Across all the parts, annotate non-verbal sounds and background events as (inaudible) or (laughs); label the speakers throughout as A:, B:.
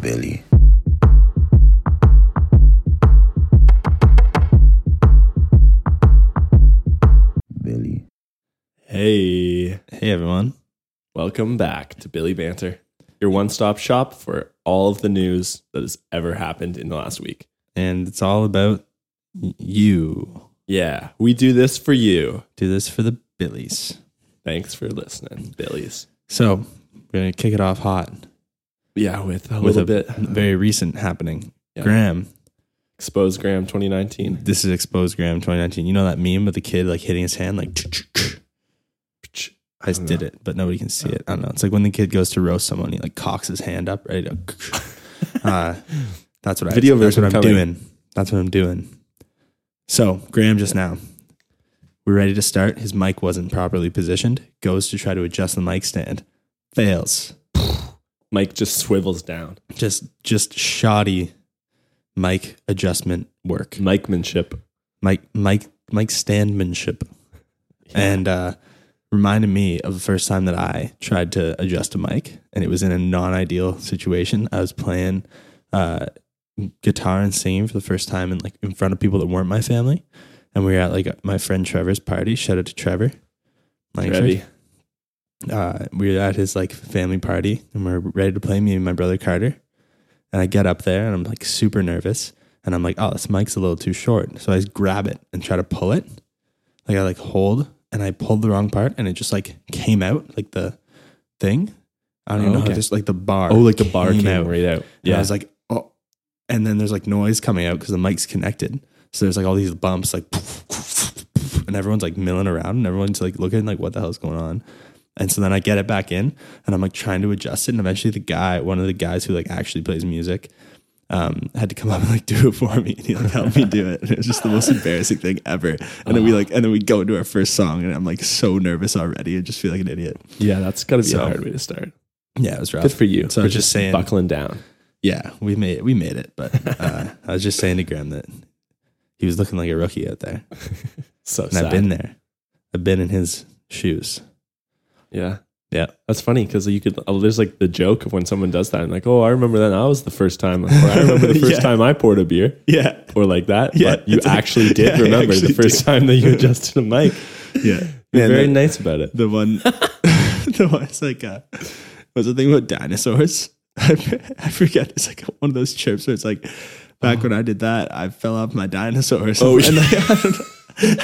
A: Billy. Billy.
B: Hey,
C: Hey everyone.
B: welcome back to Billy Banter, your one stop shop for all of the news that has ever happened in the last week.
C: And it's all about y- you.
B: Yeah, we do this for you.
C: Do this for the Billies.
B: Thanks for listening, Billies.
C: So we're gonna kick it off hot
B: Yeah, with a
C: with
B: little
C: a
B: bit.
C: very recent happening.
B: Yeah.
C: Graham.
B: Expose Graham 2019.
C: This is exposed Graham 2019. You know that meme of the kid like hitting his hand like. I just did it, but nobody can see it. I don't know. It's like when the kid goes to roast someone, he like cocks his hand up, ready to. (laughs) uh, that's what I.
B: Video
C: that's
B: version
C: what I'm
B: coming.
C: doing. That's what I'm doing. So Graham just now, we're ready to start. His mic wasn't properly positioned. Goes to try to adjust the mic stand, fails.
B: Mike just swivels down.
C: Just just shoddy mic adjustment work.
B: Mikemanship.
C: Mike Mike Mike standmanship, and uh, reminded me of the first time that I tried to adjust a mic, and it was in a non-ideal situation. I was playing uh, guitar and singing for the first time, in like in front of people that weren't my family, and we were at like my friend Trevor's party. Shout out to Trevor. Langford
B: Trevi.
C: uh, we were at his like family party and we are ready to play me and my brother Carter. And I get up there and I'm like super nervous. And I'm like, oh, this mic's a little too short. So I just grab it and try to pull it. Like I like hold and I pulled the wrong part and it just like came out like the thing. I don't even
B: Oh,
C: know how
B: okay.
C: just like the bar.
B: Oh, like the bar came
C: out.
B: right out.
C: Yeah.
B: Yeah.
C: I was like, oh. And then there's like noise coming out because the mic's connected. So there's like all these bumps, like, (laughs) and everyone's like milling around and everyone's like looking like, what the hell's going on? And so then I get it back in and I'm like trying to adjust it. And eventually the guy, one of the guys who like actually plays music, um, had to come up and like (laughs) do it for me and he like helped me do it. And it was just the most embarrassing thing ever. And then we
B: Uh-huh.
C: like, and then we go into our first song and I'm like so nervous already and just feel like an idiot.
B: yeah, that's got to be
C: So-
B: a hard way to start.
C: Yeah, it was rough.
B: Good for you.
C: So
B: for
C: I was just saying,
B: Buckling down.
C: yeah, we made we made it. But uh, (laughs) I was just saying to Graham that he was looking like a rookie out there, and
B: So sad.
C: I've been there. I've been in his shoes.
B: Yeah.
C: Yeah.
B: That's funny because you could, oh, there's like the joke of when someone does that and like, oh, I remember that. and That was the first time, or I remember
C: (laughs)
B: the first
C: Yeah.
B: time I poured a beer
C: Yeah,
B: or like that.
C: Yeah,
B: But you
C: it's like-
B: actually did
C: (laughs) Yeah, I
B: remember the
C: actually
B: first
C: do.
B: time that you adjusted a
C: (laughs)
B: mic.
C: yeah.
B: You're
C: Man,
B: very
C: the,
B: nice about it.
C: the
B: (laughs)
C: one, the one it's like uh, was the thing about dinosaurs. (laughs) I, f- I forget. It's like one of those trips where it's like back when I did that, I fell off my dinosaur. Or
B: yeah.
C: something. (laughs) and like, I, don't know.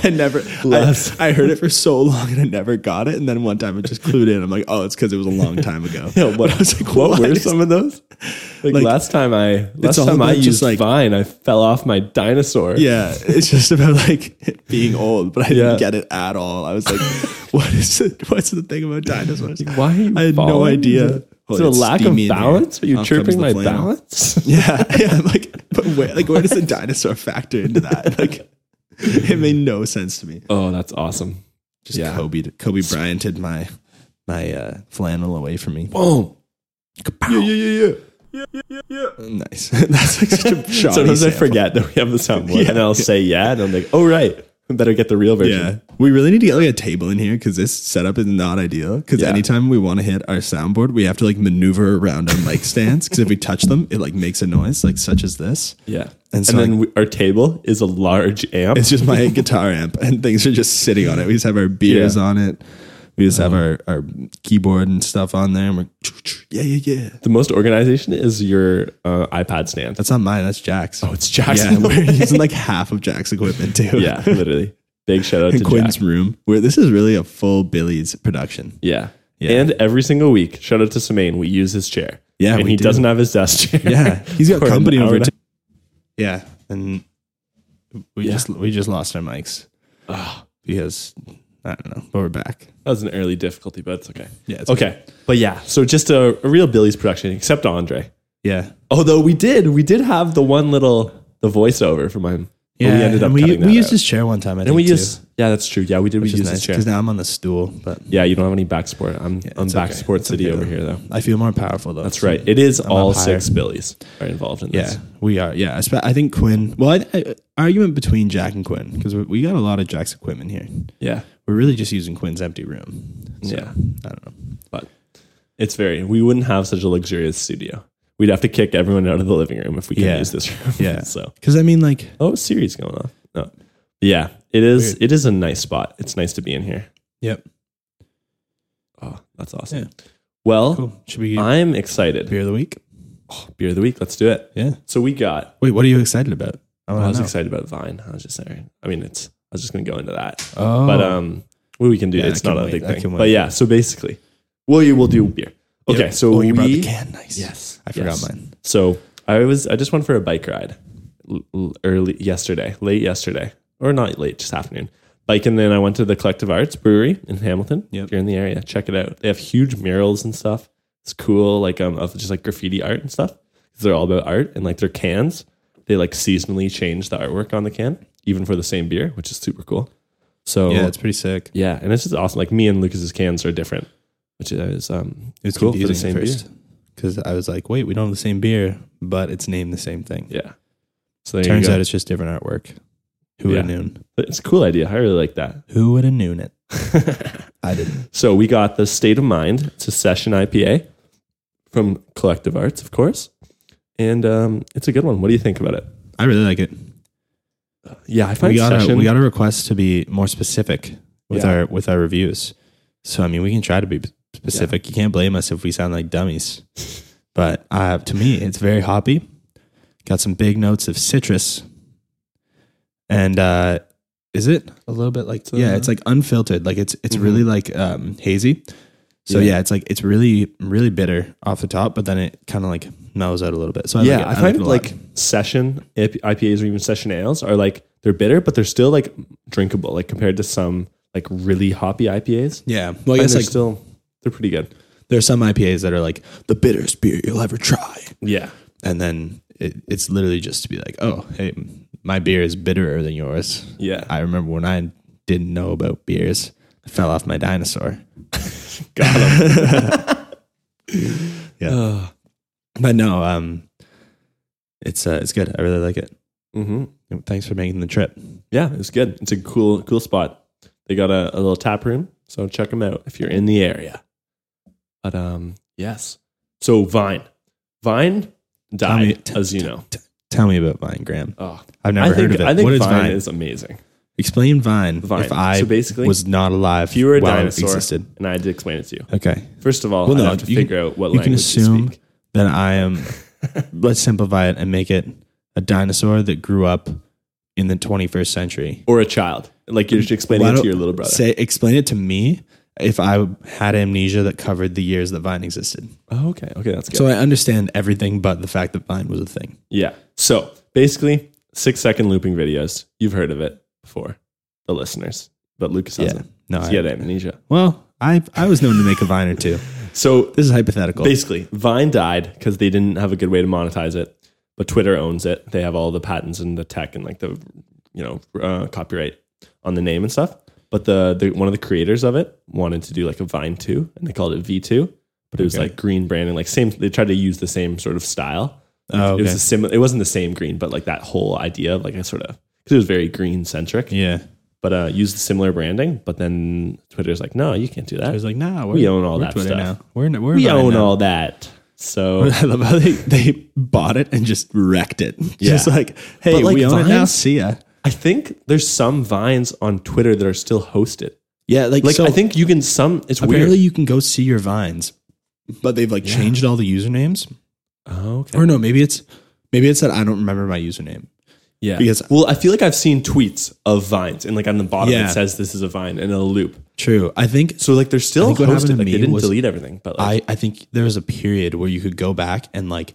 C: I never.
B: Laughs.
C: I, I heard it for so long and I never got it. And then one time I just clued in. I'm like, oh, it's because it was a long time (laughs) ago.
B: Yeah, what-
C: (laughs) I was like,
B: What were
C: is
B: some of those?
C: (laughs)
B: Like,
C: Like,
B: last time I last
C: all
B: time I
C: about just,
B: used
C: like-
B: Vine, I fell off my dinosaur.
C: Yeah, it's just about like it being old, but I
B: Yeah.
C: didn't get it at all. I was like, (laughs) what is it? What's the thing about dinosaurs?
B: Why? Are you
C: I had no
B: falling?
C: idea.
B: Is it-
C: Well,
B: Is it a
C: it's
B: lack of
C: steamy in here.
B: balance? Are you
C: Off comes
B: chirping
C: the
B: my
C: flame.
B: balance? (laughs)
C: Yeah, (laughs) yeah. I'm like, but where, like, where does the dinosaur factor into that? (laughs) Like, it made no sense to me.
B: oh, that's awesome.
C: Just
B: Yeah.
C: Kobe, Kobe Bryanted my my uh, flannel away from me.
B: Boom. Yeah, yeah, yeah, yeah.
C: (laughs) Nice. (laughs) That's like
B: (laughs)
C: such a shoddy
B: Sometimes I
C: sample.
B: forget that we have the soundboard,
C: (laughs) Yeah.
B: and I'll say yeah, and I'm like, oh right, I better get the real
C: Yeah,
B: version.
C: we really need to get like a table in here because this setup is not ideal. Because
B: Yeah.
C: anytime we want to hit our soundboard, we have to like maneuver around our mic stands. Because if we touch them, it like makes a noise, like such as this.
B: Yeah, and,
C: And so,
B: then we, our table is a large amp.
C: It's just my (laughs) guitar amp, and things are just sitting on it. We just have our beers
B: Yeah. Uh-huh.
C: on it. We just have our, our keyboard and stuff on there. And we're yeah, yeah, yeah.
B: the most organization is your uh, iPad stand.
C: That's not mine. That's Jack's.
B: oh, it's
C: yeah,
B: Jackson. (laughs)
C: (laughs) we're using like half of Jack's equipment too.
B: yeah, literally. Big shout out to
C: (laughs) in Quinn's
B: Jack.
C: room. Where this is really a full Billy's production.
B: Yeah.
C: Yeah.
B: And every single week, shout out to Semaine, we use his chair.
C: Yeah,
B: and
C: we
B: he
C: do.
B: doesn't have his desk chair.
C: Yeah, (laughs) he's
B: (laughs)
C: got
B: For an
C: company
B: hour
C: over.
B: and a-
C: T- yeah, and we
B: Yeah.
C: just we just lost our mics because I don't know, but we're back.
B: That was an early difficulty, but it's okay.
C: Yeah, it's
B: okay. But yeah, so just a, a real Billy's production, except Andre.
C: Yeah,
B: Although we did, we did have the one little the voiceover from him. But we ended up
C: and we,
B: cutting
C: we
B: that
C: used
B: out.
C: his chair one time. I
B: and
C: think,
B: we
C: too,
B: used yeah, that's true. Yeah, we did.
C: which
B: we
C: is
B: used
C: nice
B: his chair.
C: because now I'm on the stool, but
B: yeah, you don't have any back support. I'm I'm
C: it's
B: back
C: okay.
B: support
C: It's
B: city
C: okay,
B: over
C: though.
B: here though.
C: I feel more powerful though.
B: That's right. It is
C: I'm
B: all
C: up higher.
B: six Billies are involved in
C: Yeah,
B: this.
C: we are. Yeah, I, spe- I think Quinn. Well, I, I, argument between Jack and Quinn because we, we got a lot of Jack's equipment here.
B: Yeah,
C: We're really just using Quinn's empty room. So,
B: Yeah.
C: I don't know.
B: but it's very. We wouldn't have such a luxurious studio. We'd have to kick everyone out of the living room if we could
C: Yeah.
B: use this (laughs) room.
C: Yeah.
B: so,
C: Because I mean, like,
B: oh, Siri's going off. No. Yeah, it is. It is a nice spot. It's nice to be in here.
C: yep.
B: Oh, that's awesome.
C: Yeah.
B: Well,
C: Cool. Should we get
B: I'm excited.
C: beer of the week?
B: Beer of the week. Let's do it.
C: Yeah.
B: So we got.
C: Wait, what are you excited about? Oh, I, wanna
B: I was
C: know.
B: excited about Vine. I was just saying. I mean, it's. I was just going to go into that.
C: Oh,
B: but um, well, we can do.
C: Yeah,
B: it's
C: I can
B: not a
C: wait.
B: big
C: I
B: thing.
C: can wait.
B: But yeah, so basically, well, you will do beer.
C: Yep.
B: Okay, so
C: oh,
B: we
C: you brought the can. Nice.
B: Yes,
C: I forgot
B: yes.
C: mine.
B: So I was. I just went for a bike ride l- l- early yesterday, late yesterday, or not late, just afternoon. Bike, and then I went to the Collective Arts Brewery in Hamilton.
C: Yep.
B: If you're in the area, check it out. They have huge murals and stuff. It's cool, like um, of just like graffiti art and stuff. 'Cause They're all about art and like their cans. They like seasonally change the artwork on the can, even for the same beer, which is super cool. So
C: Yeah, it's pretty sick.
B: yeah, and it's just awesome. Like me and Lucas's cans are different, which is um,
C: It's
B: cool
C: cool
B: for the
C: confusing
B: same
C: at
B: beer.
C: first because I was like, wait, we don't have the same beer, but it's named the same thing.
B: Yeah. So there
C: Turns
B: you go.
C: out it's just different artwork. Who would have
B: Yeah.
C: known?
B: it's a cool idea. I really like that.
C: Who would have known (laughs) it? I didn't.
B: So we got the State of Mind. It's a session IPA from Collective Arts, of course, and um, it's a good one. What do you think about it?
C: I really like it.
B: Yeah, I find
C: We got a,
B: session.
C: we got a request to be more specific with
B: Yeah.
C: our with our reviews. So I mean, we can try to be specific. You can't blame us if we sound like dummies. but uh, to me, it's very hoppy. Got some big notes of citrus, and uh, is it a little bit like yeah? It's like unfiltered. Like it's it's really like um, hazy. So
B: Mm-hmm. Yeah.
C: yeah. it's like it's really really bitter off the top, but then it kind of like mellows out a little bit. So I
B: yeah,
C: like it.
B: I
C: like
B: find
C: it a lot.
B: like session IP- IPAs or even session ales are like they're bitter, but they're still like drinkable. Like compared to some like really hoppy IPAs,
C: yeah. Well,
B: and
C: I guess
B: they're
C: like
B: still they're pretty good.
C: there's some IPAs that are like the bitterest beer you'll ever try,
B: Yeah,
C: and then it, it's literally just to be like, oh, hey, my beer is bitterer than yours.
B: yeah.
C: I remember when I didn't know about beers, I fell off my dinosaur.
B: got 'em.
C: Yeah, but no, um, it's uh, it's good. I really like it.
B: Mhm.
C: Thanks for making the trip.
B: Yeah, it's good. It's a cool, cool spot. They got a, a little tap room, so check them out if you're in the area. But um, yes. So Vine, Vine
C: Tell me-
B: died, as you know.
C: Tell me about Vine, Graham.
B: Oh,
C: I've never
B: I think
C: heard of it.
B: I think
C: what
B: Vine,
C: is Vine?
B: is amazing.
C: Explain Vine.
B: Vine.
C: If I
B: So basically,
C: was not alive,
B: If you were a
C: while
B: dinosaur,
C: it existed.
B: and I had to explain it to you.
C: Okay.
B: First of all,
C: Well,
B: I'd
C: no,
B: have to
C: you can-
B: figure out what
C: you
B: language
C: can
B: you
C: assume
B: speak.
C: that I
B: (laughs)
C: am. let's simplify it and make it a dinosaur that grew up in the 21st century.
B: or a child. Like you're just explaining
C: Why
B: it to
C: don't-
B: your little brother.
C: Say, explain it to me if I had amnesia that covered the years that Vine existed.
B: oh, okay, okay, that's good.
C: So I understand everything but the fact that Vine was a thing.
B: Yeah. So basically, six second looping videos. You've heard of it before, the listeners, but Lucas hasn't.
C: No,
B: He's
C: I-
B: got amnesia.
C: Well, I I was known to make a Vine
B: (laughs)
C: or two.
B: So
C: This is hypothetical.
B: basically, Vine died because they didn't have a good way to monetize it. But Twitter owns it. They have all the patents and the tech and like the you know uh, copyright on the name and stuff. But the, the one of the creators of it wanted to do like a Vine two, and they called it V two. But it was
C: Okay.
B: like green branding, like same. They tried to use the same sort of style.
C: Oh,
B: It was
C: okay.
B: a similar. It wasn't the same green, but like that whole idea of like a sort of because it was very green centric.
C: yeah.
B: But uh, used similar branding. But then Twitter's like, no, you can't do
C: I
B: that.
C: was like, nah, we're,
B: We own all
C: we're
B: that
C: Twitter
B: stuff.
C: now. We're, we're
B: we
C: Vine
B: own
C: now.
B: all that. So
C: (laughs) I love how they, they bought it and just wrecked it. Just
B: Yeah.
C: like, hey,
B: But, like,
C: we own it now.
B: Vines-
C: See ya.
B: I think there's some vines on Twitter that are still hosted.
C: Yeah,
B: Like I think you can some. It's
C: Apparently,
B: weird.
C: you can go see your vines, but they've like changed all the usernames.
B: Oh, okay.
C: Or no, maybe it's maybe it's that I don't remember my username.
B: Yeah.
C: Because-
B: well, I feel like I've seen tweets of vines, and like on the bottom
C: Yeah.
B: it says this is a vine and a loop.
C: True, I think
B: So like they're still
C: think what happened to
B: hosted. Like,
C: me
B: they didn't
C: was-
B: delete everything, but like,
C: I I think there was a period where you could go back and like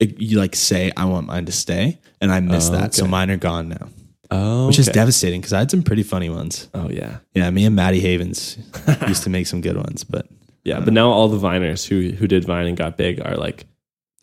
C: it- you like say I want mine to stay, and I missed
B: Oh,
C: that, so
B: okay.
C: mine are gone now,
B: oh,
C: which is
B: okay.
C: devastating because I had some pretty funny ones.
B: oh yeah,
C: Yeah, me and Maddie (laughs) Havens used to make some good ones, but
B: yeah.
C: Uh,
B: But now all the viners who who did vine and got big are like,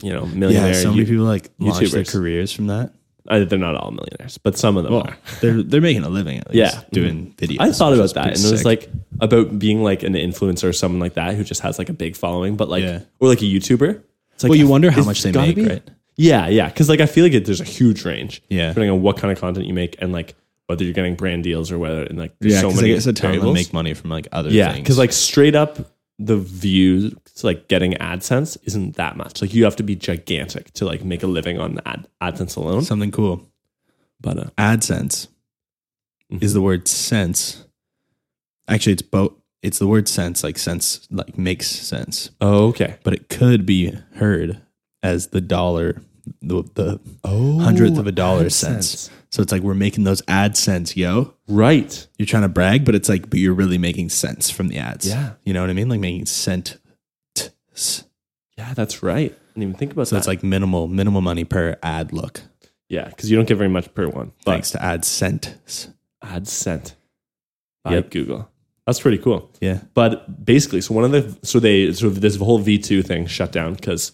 B: you know,
C: yeah,
B: millionaire.
C: so many
B: you-
C: people like launched their
B: YouTubers.
C: careers from that.
B: uh, they're not all millionaires, but some of them
C: Well,
B: are.
C: they're they're making a living (laughs) at least
B: Yeah.
C: doing videos.
B: I thought
C: which
B: about
C: is
B: that,
C: pretty
B: and it was
C: sick.
B: like about being like an influencer or someone like that who just has like a big following, but like
C: Yeah.
B: or like a YouTuber. It's like
C: well, you
B: I-
C: wonder how
B: it's
C: much they
B: gotta
C: make,
B: be-
C: right?
B: Yeah, yeah, because like I feel like it, there's a huge range,
C: Yeah.
B: depending on what kind of content you make and like whether you're getting brand deals or whether and like there's
C: Yeah,
B: so
C: because
B: many
C: I guess a ton of them
B: variables.
C: make money from like other
B: yeah,
C: things.
B: because like straight up the views like getting AdSense isn't that much. Like you have to be gigantic to like make a living on ad, AdSense alone.
C: Something cool. Mm-hmm.
B: But uh,
C: AdSense is the word sense. Actually, it's both. It's the word sense, like sense, like makes sense.
B: oh, okay,
C: But it could be heard as the dollar, the, the
B: oh,
C: hundredth of a dollar sense. So it's like we're making those AdSense, yo.
B: right?
C: You're trying to brag, but it's like, but you're really making sense from the ads.
B: Yeah.
C: You know what I mean? Like making cent. t- s.
B: Yeah, that's right. I didn't even think about
C: So
B: that.
C: it's like minimal, minimal money per ad look.
B: yeah, because you don't get very much per one. But
C: Thanks to AdSense.
B: AdSense by
C: Yep.
B: Google. That's pretty cool.
C: Yeah.
B: But basically, so one of the so they so this whole V two thing shut down because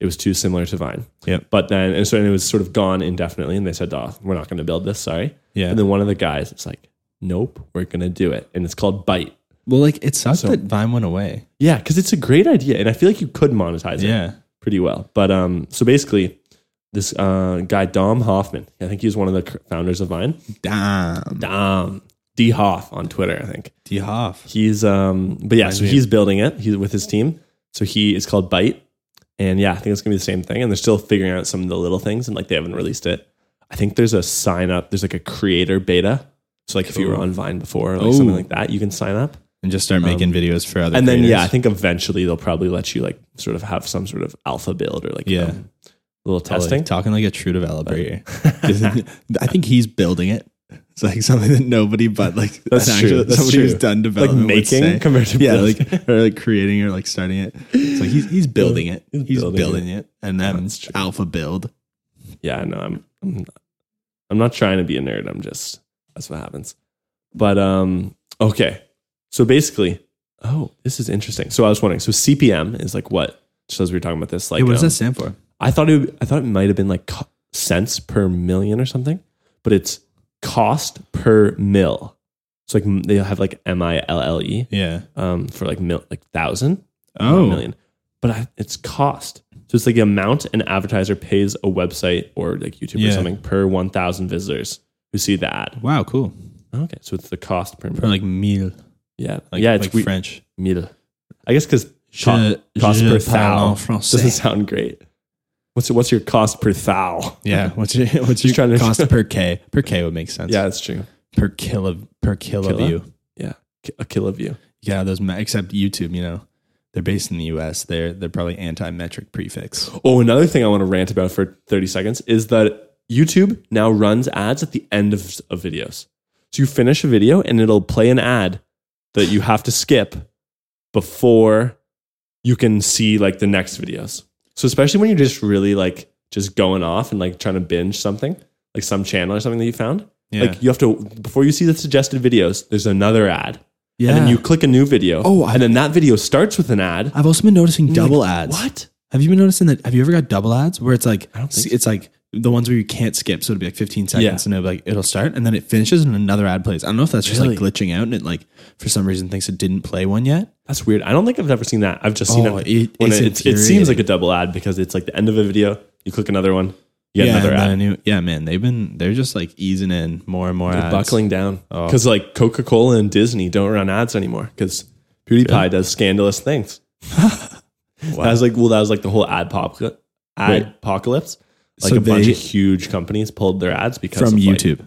B: it was too similar to Vine.
C: Yep.
B: But then and so and it was sort of gone indefinitely, and they said, "Oh, we're not going to build this. Sorry."
C: Yeah.
B: And then one of the guys is like, "Nope, we're going to do it," and it's called Bite.
C: Well, like it sucks
B: So-
C: that Vine went away.
B: Yeah, because it's a great idea, and I feel like you could monetize it
C: Yeah.
B: pretty well. But um, so basically, this uh, guy Dom Hoffman, I think he was one of the cr- founders of Vine.
C: Damn.
B: Dom Um, D Hoff on Twitter, I think.
C: D Hoff.
B: He's um, but yeah, so he's building it. He's with his team. So he is called Bite, and yeah, I think it's gonna be the same thing. And they're still figuring out some of the little things, and like they haven't released it. I think there's a sign up. There's like a creator beta. So like if you were on Vine before, or like
C: Oh.
B: something like that, you can sign up.
C: And just start making videos for other
B: And then yeah, I
C: creators.
B: think eventually they'll probably let you like sort of have some sort of alpha build or like you
C: Yeah.
B: know, little
C: Probably
B: testing.
C: talking like a true developer (laughs) here. I think he's building it. It's like something that nobody but like
B: (laughs) That's
C: an
B: true. That's
C: somebody who's
B: true.
C: done
B: like
C: development would
B: making
C: say.
B: compared to
C: yeah,
B: building.
C: like or like creating or like starting it. It's like he's he's building it. He's,
B: building
C: building, it. and then alpha build.
B: yeah, no, I'm, I'm not- I'm not trying to be a nerd. I'm just that's what happens. But um, okay. So basically, oh, this is interesting. So I was wondering. So CPM is like what? Just as we were talking about this, like
C: what does
B: um,
C: that stand for?
B: I thought it. Would, I thought it might have been like co- cents per million or something, but it's cost per mil. So like m- they have like M I L L E
C: Yeah.
B: um for like mil like thousand
C: Oh,
B: not million, but I, it's cost. So it's like the amount an advertiser pays a website or like YouTube or
C: Yeah.
B: something per 1,000 visitors who see the ad.
C: wow, cool.
B: Okay, so it's the cost per.
C: For like meal,
B: yeah,
C: like,
B: yeah, it's
C: like
B: we-
C: French.
B: mille. I guess because
C: Je-
B: cost, cost
C: je
B: per
C: parle
B: thou
C: en
B: doesn't
C: français.
B: sound great. What's what's your cost per
C: (laughs)
B: thou?
C: Yeah, what's your what's your
B: Just trying to- (laughs)
C: cost per k? Per k would make sense.
B: Yeah, that's true.
C: per kilo per kilo
B: Kilo?
C: view.
B: Yeah, K- a kilo view.
C: Yeah, those ma- except YouTube, you know, they're based in the U.S. They're they're probably anti-metric prefix.
B: Oh, another thing I want to rant about for 30 seconds is that YouTube now runs ads at the end of, of videos. So you finish a video and it'll play an ad that you have to skip before you can see like the next videos. So especially when you're just really like just going off and like trying to binge something, like some channel or something that you found.
C: Yeah.
B: Like you have to before you see the suggested videos, there's another ad.
C: yeah.
B: And then you click a new video.
C: Oh, I-
B: and then that video starts with an ad.
C: I've also been noticing double ads.
B: What?
C: Have you been noticing that? Have you ever got double ads where it's like
B: I don't think
C: s- it's like the ones where you can't skip, so it'll be like 15 seconds,
B: Yeah.
C: and it'll be like it'll start, and then it finishes, and another ad plays. I don't know if that's just like
B: Really?
C: glitching out, and it like for some reason thinks it didn't play one yet.
B: That's weird. I don't think I've ever seen that. I've just seen
C: Oh,
B: it.
C: it-
B: when
C: it's
B: it, it seems like
C: infuriating.
B: a double ad because it's like the end of a video, you click another one, you get
C: yeah,
B: another
C: and then I
B: ad.
C: knew- yeah, man, they've been they're just like easing in more and more
B: They're
C: ads. Oh.
B: buckling down because like Coca Cola and Disney don't run ads anymore because PewDiePie does scandalous
C: (laughs)
B: things. That was like well, that was like the whole ad pop ad apocalypse. Like
C: So
B: a bunch
C: they-
B: of huge companies pulled their ads because
C: from
B: of, like-
C: YouTube. Oh.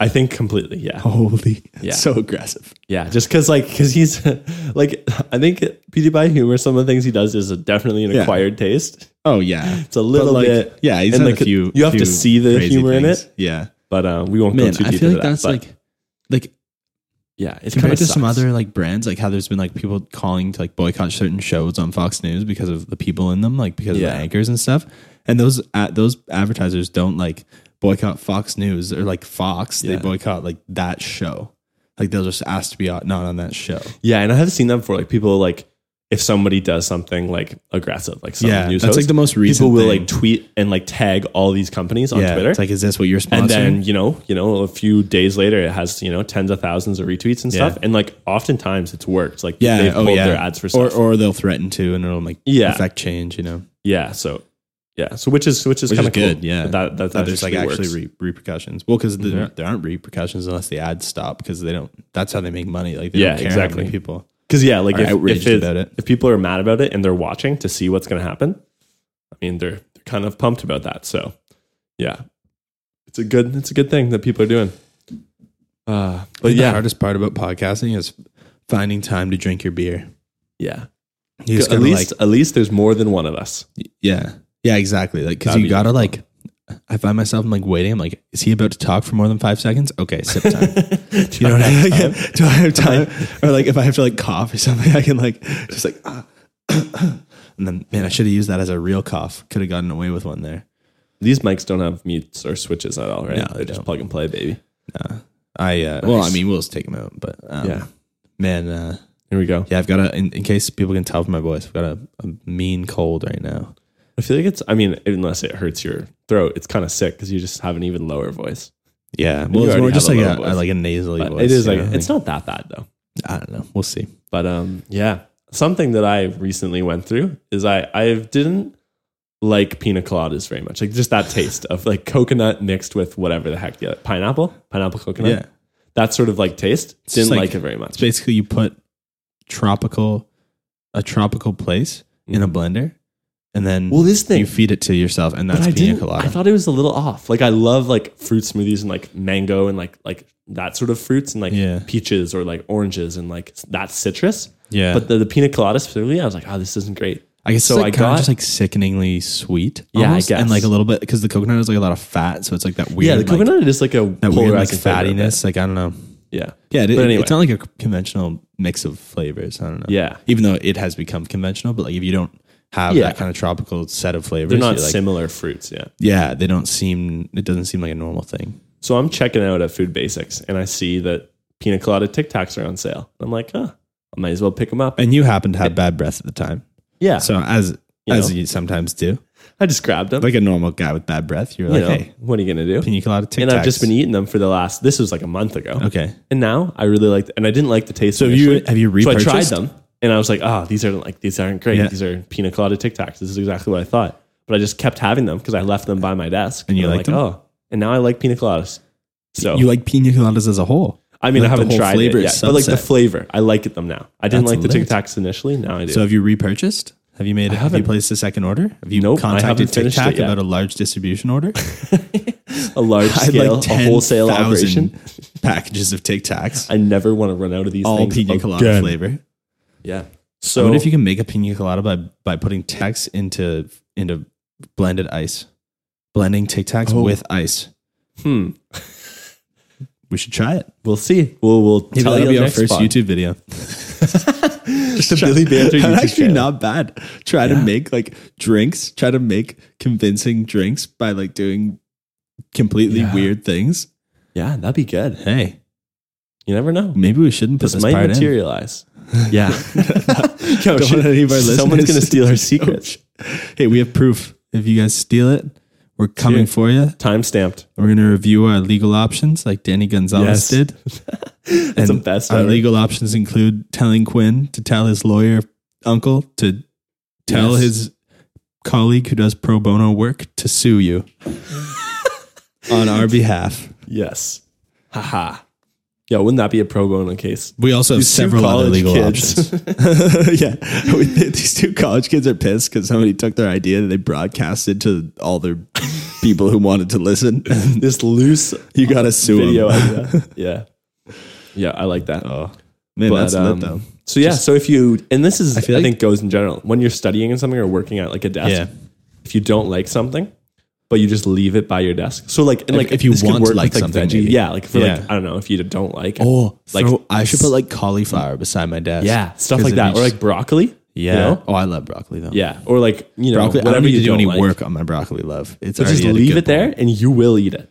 B: I think completely, yeah,
C: Holy,
B: Yeah.
C: so aggressive.
B: yeah. Just because like because he's (laughs) like I think PewDiePie humor. Some of the things he does is definitely an
C: Yeah.
B: acquired taste.
C: Oh yeah,
B: It's a little
C: like,
B: bit.
C: Yeah, he's
B: and,
C: had
B: like,
C: a few.
B: you have to
C: few
B: see the
C: crazy
B: humor in
C: things.
B: it.
C: Yeah,
B: But uh, we won't
C: man,
B: go too
C: I
B: deep
C: feel
B: into
C: like
B: that.
C: that's
B: but
C: like, like
B: yeah, it's
C: compared to
B: kinda
C: some
B: sucks.
C: other like brands, like how there's been like people calling to like boycott certain shows on Fox News because of the people in them, like because
B: Yeah.
C: of the anchors and stuff. And those uh, those advertisers don't like boycott Fox News or like Fox.
B: Yeah.
C: They boycott like that show. Like they'll just ask to be on- not on that show.
B: yeah, and I have seen that before. Like people like if somebody does something like aggressive, like some
C: Yeah,
B: news
C: that's,
B: host,
C: like, the most
B: People
C: recent
B: will
C: thing.
B: like tweet and like tag all these companies on
C: yeah,
B: Twitter,
C: it's like is this what you're sponsoring?
B: and then you know, you know, a few days later, it has you know tens of thousands of retweets and
C: Yeah.
B: stuff. And like oftentimes, it's worked. Like
C: yeah,
B: they've
C: oh,
B: pulled
C: yeah.
B: their ads for stuff.
C: or or they'll threaten to, and it'll like
B: Yeah.
C: affect change. You know.
B: yeah, so yeah, so which is which is
C: Which
B: kind
C: is
B: of cool.
C: good, yeah.
B: that that,
C: that
B: that
C: there's like actually re- repercussions. Well, because there, there aren't repercussions unless the ads stop because they don't. That's how they make money. Like they
B: Yeah,
C: don't care
B: exactly.
C: how many people.
B: Because yeah, like
C: Are
B: if,
C: outraged
B: if, it-
C: about it.
B: if people are mad about it and they're watching to see what's going to happen, I mean they're they're kind of pumped about that. So yeah, it's a good it's a good thing that people are doing. Uh, but
C: the
B: yeah,
C: hardest part about podcasting is finding time to drink your beer.
B: yeah.
C: You just
B: at
C: gotta,
B: least at least there's more than one of us.
C: like- yeah, yeah, exactly. Like because
B: That'd
C: you
B: be
C: gotta like. I find myself I'm like waiting. I'm like, is he about to talk for more than five seconds? Okay, sip time. (laughs)
B: (laughs)
C: you know what I mean?
B: Um,
C: Like, (laughs) do I have time? or like if I have to like cough or something, I can like just like (clears throat) ah, and then man, I should have used that as a real cough. Could have gotten away with one there.
B: These mics don't have mutes or switches at all, right?
C: No,
B: They're
C: they
B: just
C: don't.
B: plug and play, baby.
C: I uh, well, I
B: Nice.
C: mean, we'll just take him out, but um,
B: Yeah.
C: man, uh,
B: Here we go.
C: yeah, I've got a. In, in case people can tell from my voice, I've got a, a mean cold right now.
B: I feel like it's. I mean, unless it hurts your throat, it's kind of sick because you just have an even lower voice.
C: Yeah, well,
B: you
C: it's more
B: already
C: just
B: have
C: like
B: a
C: a,
B: low voice.
C: like a nasally
B: But
C: voice.
B: it is
C: you
B: like
C: know?
B: it's not that bad though.
C: I don't know. We'll see.
B: But um, yeah, something that I recently went through is I I didn't like pina coladas very much. Like just that taste of like coconut mixed with whatever the heck, yeah, pineapple, pineapple coconut.
C: Yeah.
B: that sort of like taste.
C: just
B: Didn't like,
C: like-
B: it very
C: It's
B: much.
C: basically you put tropical, a tropical place in a blender, and then
B: Well, this thing.
C: you feed it to yourself, and that's
B: but I
C: pina
B: didn't.
C: colada.
B: I thought it was a little off. Like I love like fruit smoothies and like mango and like like that sort of fruits and like
C: Yeah.
B: peaches or like oranges and like that citrus.
C: yeah,
B: But the, the pina colada specifically, I was like, oh, this isn't great.
C: I guess
B: so
C: so. Like
B: I
C: kind
B: got-
C: of just like sickeningly sweet.
B: Yeah, I
C: almost,
B: guess.
C: and like a little bit because the coconut is like a lot of fat, so it's like that weird.
B: yeah, the
C: like,
B: coconut is like a
C: that weird like
B: polarizing flavor, but-
C: fattiness. Like I don't know.
B: Yeah,
C: Yeah, it,
B: But anyway.
C: it's not like a conventional mix of flavors. I don't know.
B: Yeah.
C: even though it has become conventional, but like if you don't have
B: Yeah.
C: that kind of tropical set of flavors,
B: They're not
C: you're like,
B: similar fruits, yeah.
C: yeah, they don't seem. It doesn't seem like a normal thing.
B: So I'm checking out at Food Basics and I see that pina colada Tic Tacs are on sale. I'm like, huh, I might as well pick them up.
C: And you happen to have bad breath at the time,
B: Yeah, so
C: so as
B: You
C: as
B: know.
C: you sometimes do,
B: I just grabbed them.
C: like a normal guy with bad breath, you're
B: you
C: like,
B: know,
C: hey,
B: what are you gonna do?
C: pina colada tic
B: and I've just been eating them for the last. This was like a month ago,
C: okay.
B: and now I really liked. And I didn't like the taste. So
C: have you- have you
B: So I tried
C: repurchased?
B: them, and I was like, oh, these aren't like these aren't great.
C: Yeah.
B: These are pina colada Tic Tacs. This is exactly what I thought. But I just kept having them because I left them by my desk.
C: And you
B: I'm
C: liked them?
B: Oh, and now I like pina coladas. So
C: You like pina coladas as a whole.
B: Oh. I mean,
C: Like
B: I
C: the
B: haven't
C: whole
B: tried
C: flavor
B: it yet, but like the
C: subset.
B: flavor, I like it them now. I didn't
C: That's
B: like the Tic
C: lit.
B: Tacs initially. Now I do.
C: So have you repurchased? Have you made? Have you
B: haven't.
C: placed a second order? Have you
B: Nope, I haven't
C: contacted Tic
B: finished
C: Tac
B: it yet.
C: about a large distribution order?
B: (laughs) a large
C: (laughs) I had
B: scale, a wholesale
C: 10,000
B: operation.
C: (laughs) packages of Tic Tacs,
B: I never want to run out of these
C: all
B: things.
C: pina colada
B: again.
C: flavor.
B: Yeah.
C: I
B: So
C: wonder if you can make a pina colada by by putting Tic Tacs into into blended ice, blending Tic Tacs
B: Oh.
C: with ice.
B: hmm,
C: (laughs) We should try it.
B: we'll see. We'll we'll
C: Maybe
B: tell
C: that'll
B: you on the
C: be our
B: next
C: first
B: spot.
C: YouTube (laughs) video.
B: Just a Billy Banter
C: I'm
B: YouTube
C: actually
B: channel.
C: not bad. Try to make like drinks. Try to make convincing drinks by like doing completely
B: Yeah.
C: weird things.
B: Yeah, that'd be good.
C: Hey,
B: You never know.
C: maybe we shouldn't put
B: This,
C: this,
B: might
C: part in.
B: materialize.
C: (laughs)
B: Yeah. Yo,
C: Don't
B: Oh, shit,
C: want any of our
B: someone's
C: listeners
B: gonna steal (laughs) our Oh,
C: to
B: secrets.
C: Hey, we have proof. If you guys steal it, we're coming
B: Dude.
C: for you.
B: Time stamped.
C: We're going to review our legal options like Danny
B: Yes.
C: Gonzalez did.
B: (laughs) That's the best.
C: Our
B: ever.
C: legal options include telling Quinn to tell his lawyer uncle to tell
B: Yes.
C: his colleague who does pro bono work to
B: (laughs)
C: sue you on our behalf.
B: Yes. Haha. Yo, wouldn't that be a pro bono case?
C: We also have
B: These two
C: several other
B: college
C: legal
B: kids. (laughs)
C: options. (laughs) yeah, We- these two college kids are pissed because somebody took their idea and they broadcasted to all their people who wanted to listen.
B: (laughs) This loose
C: you gotta sue
B: video
C: them.
B: idea. Yeah. Yeah, I like that.
C: Oh man, that's
B: um,
C: lit though.
B: So yeah, so if you and this is I,
C: feel like-
B: think goes in general when you're studying in something or working at like a desk,
C: Yeah.
B: if you don't like something, but you just leave it by your desk. So like and like
C: if you
B: this could
C: want to
B: work with,
C: like something,
B: veggie,
C: maybe.
B: yeah, like for
C: Yeah.
B: like I don't know if you don't like
C: Oh,
B: like-
C: like I should put like cauliflower beside my desk.
B: yeah stuff
C: 'Cause
B: like
C: it'd
B: that
C: be
B: or
C: just-
B: like broccoli,
C: yeah.
B: you know?
C: Oh, I love broccoli though.
B: yeah, or like you know
C: broccoli. I
B: whatever
C: don't need
B: you
C: to do
B: don't
C: any
B: like.
C: work on my broccoli, love. It's
B: But just
C: already at a
B: leave
C: good
B: it there
C: point.
B: and you will eat it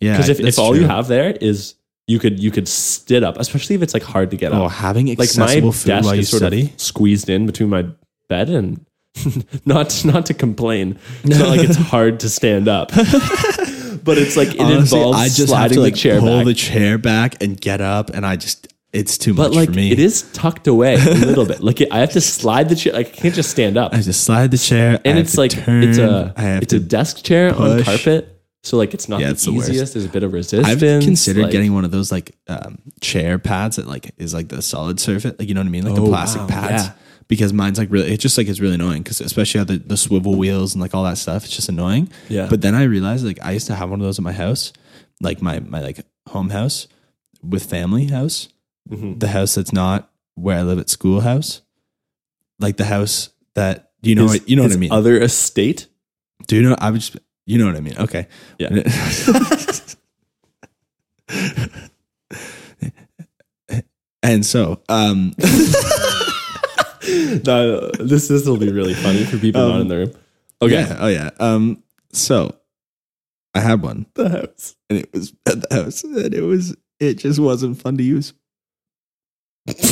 C: Yeah,
B: because if, if
C: that's
B: all you
C: true.
B: have there is you could you could sit up, especially if it's like hard to get
C: oh,
B: up.
C: having
B: like my
C: accessible
B: desk
C: food while you
B: is sort
C: study.
B: of squeezed in between my bed and (laughs) not not to complain. It's not
C: (laughs)
B: like it's hard to stand up, (laughs) but it's like it
C: Honestly,
B: involves
C: I just have
B: sliding
C: to like
B: the chair
C: pull
B: back.
C: the chair back and get up, and I just it's too
B: but
C: much
B: like
C: for me.
B: it is tucked away a little bit. Like it, I have to slide the chair. Like I can't just stand up.
C: I just slide the chair, I
B: and
C: have
B: it's
C: to
B: like
C: turn,
B: it's a
C: I have
B: it's
C: to
B: a desk chair on
C: push.
B: carpet. So like it's not
C: Yeah,
B: the
C: it's the worst.
B: easiest. There's a bit of
C: I've
B: resistance.
C: considered
B: like-
C: getting one of those like um, chair pads that like is like the solid surface, like you know what I mean, like the
B: Oh,
C: plastic
B: wow,
C: pads.
B: yeah.
C: Because mine's like really, it's just like it's really annoying because especially how the, the swivel wheels and like all that stuff, it's just annoying.
B: Yeah.
C: But then I realized like I used to have one of those at my house, like my my like home house with family house,
B: Mhm.
C: the house that's not where I live at school house, like the house that you know
B: His-
C: what, you know what I
B: his
C: mean.
B: Other estate.
C: Do you know? I would just, you know what I mean. Okay.
B: Yeah.
C: (laughs) and so, um, (laughs)
B: No, this this will be really funny for people not
C: Um,
B: in the room. Okay.
C: yeah, oh yeah. Um, so I had one
B: The house.
C: and it was at the house and it was, it just wasn't fun to use.
B: Thanks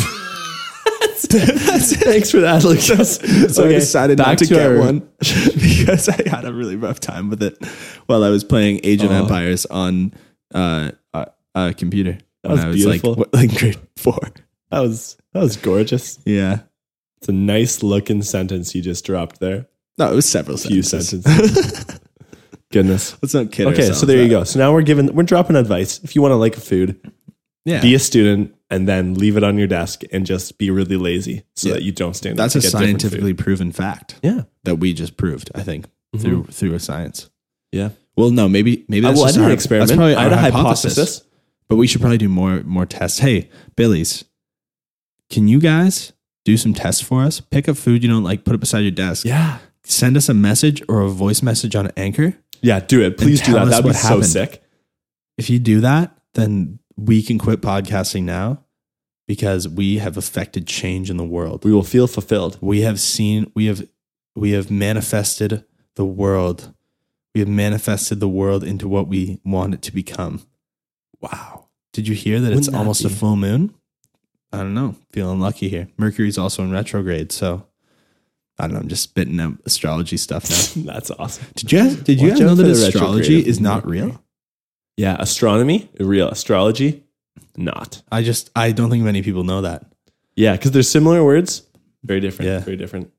B: for that, Lucas.
C: So I decided
B: back
C: not to,
B: to
C: get
B: our-
C: one (laughs) because I had a really rough time with it while I was playing Age of
B: Oh.
C: Empires on uh, a, a computer. when
B: was
C: I
B: beautiful.
C: like, what, like grade four.
B: That was that was gorgeous.
C: Yeah.
B: It's a nice looking sentence you just dropped there.
C: No, it was several
B: Few
C: sentences.
B: (laughs) sentences. Goodness.
C: (laughs) Let's not kid
B: Okay,
C: ourselves.
B: so there you
C: about
B: go. So now we're giving we're dropping advice. If you want to like a food,
C: it. Yeah.
B: be a student and then leave it on your desk and just be really lazy so
C: Yeah.
B: that you don't stand. up
C: That's
B: to
C: a
B: get different food. Mm-hmm.
C: scientifically proven fact
B: yeah
C: that we just proved, I think, through through a science.
B: yeah.
C: Well, no, maybe maybe that's
B: well, I
C: just
B: did
C: our-
B: an experiment.
C: That's probably
B: I had
C: our
B: a hypothesis.
C: But we should probably do more more tests. Hey, Billy's, can you guys do some tests for us? Pick a food you don't like, put it beside your desk.
B: Yeah,
C: Send us a message or a voice message on Anchor.
B: yeah. Do it, please do
C: tell
B: that.
C: us
B: That'd be
C: what
B: so
C: happened.
B: sick.
C: If you do that, then we can quit podcasting now because we have affected change in the world.
B: We will feel fulfilled. (laughs)
C: We have seen we have we have manifested the world. We have manifested the world into what we want it to become.
B: Wow.
C: Did you hear that it's
B: Wouldn't that
C: almost a
B: be-
C: full moon? I don't know. Feeling lucky here. Mercury's also in retrograde, so I don't know. I'm just spitting out astrology stuff now.
B: That's awesome.
C: did you did you
B: Watch
C: guys know
B: out for
C: that
B: the
C: astrology
B: retrograde
C: is not
B: Mercury.
C: real?
B: Yeah, astronomy real, astrology not.
C: I just I don't think many people know that.
B: Yeah, because they're similar words, very different.
C: Yeah.
B: very different.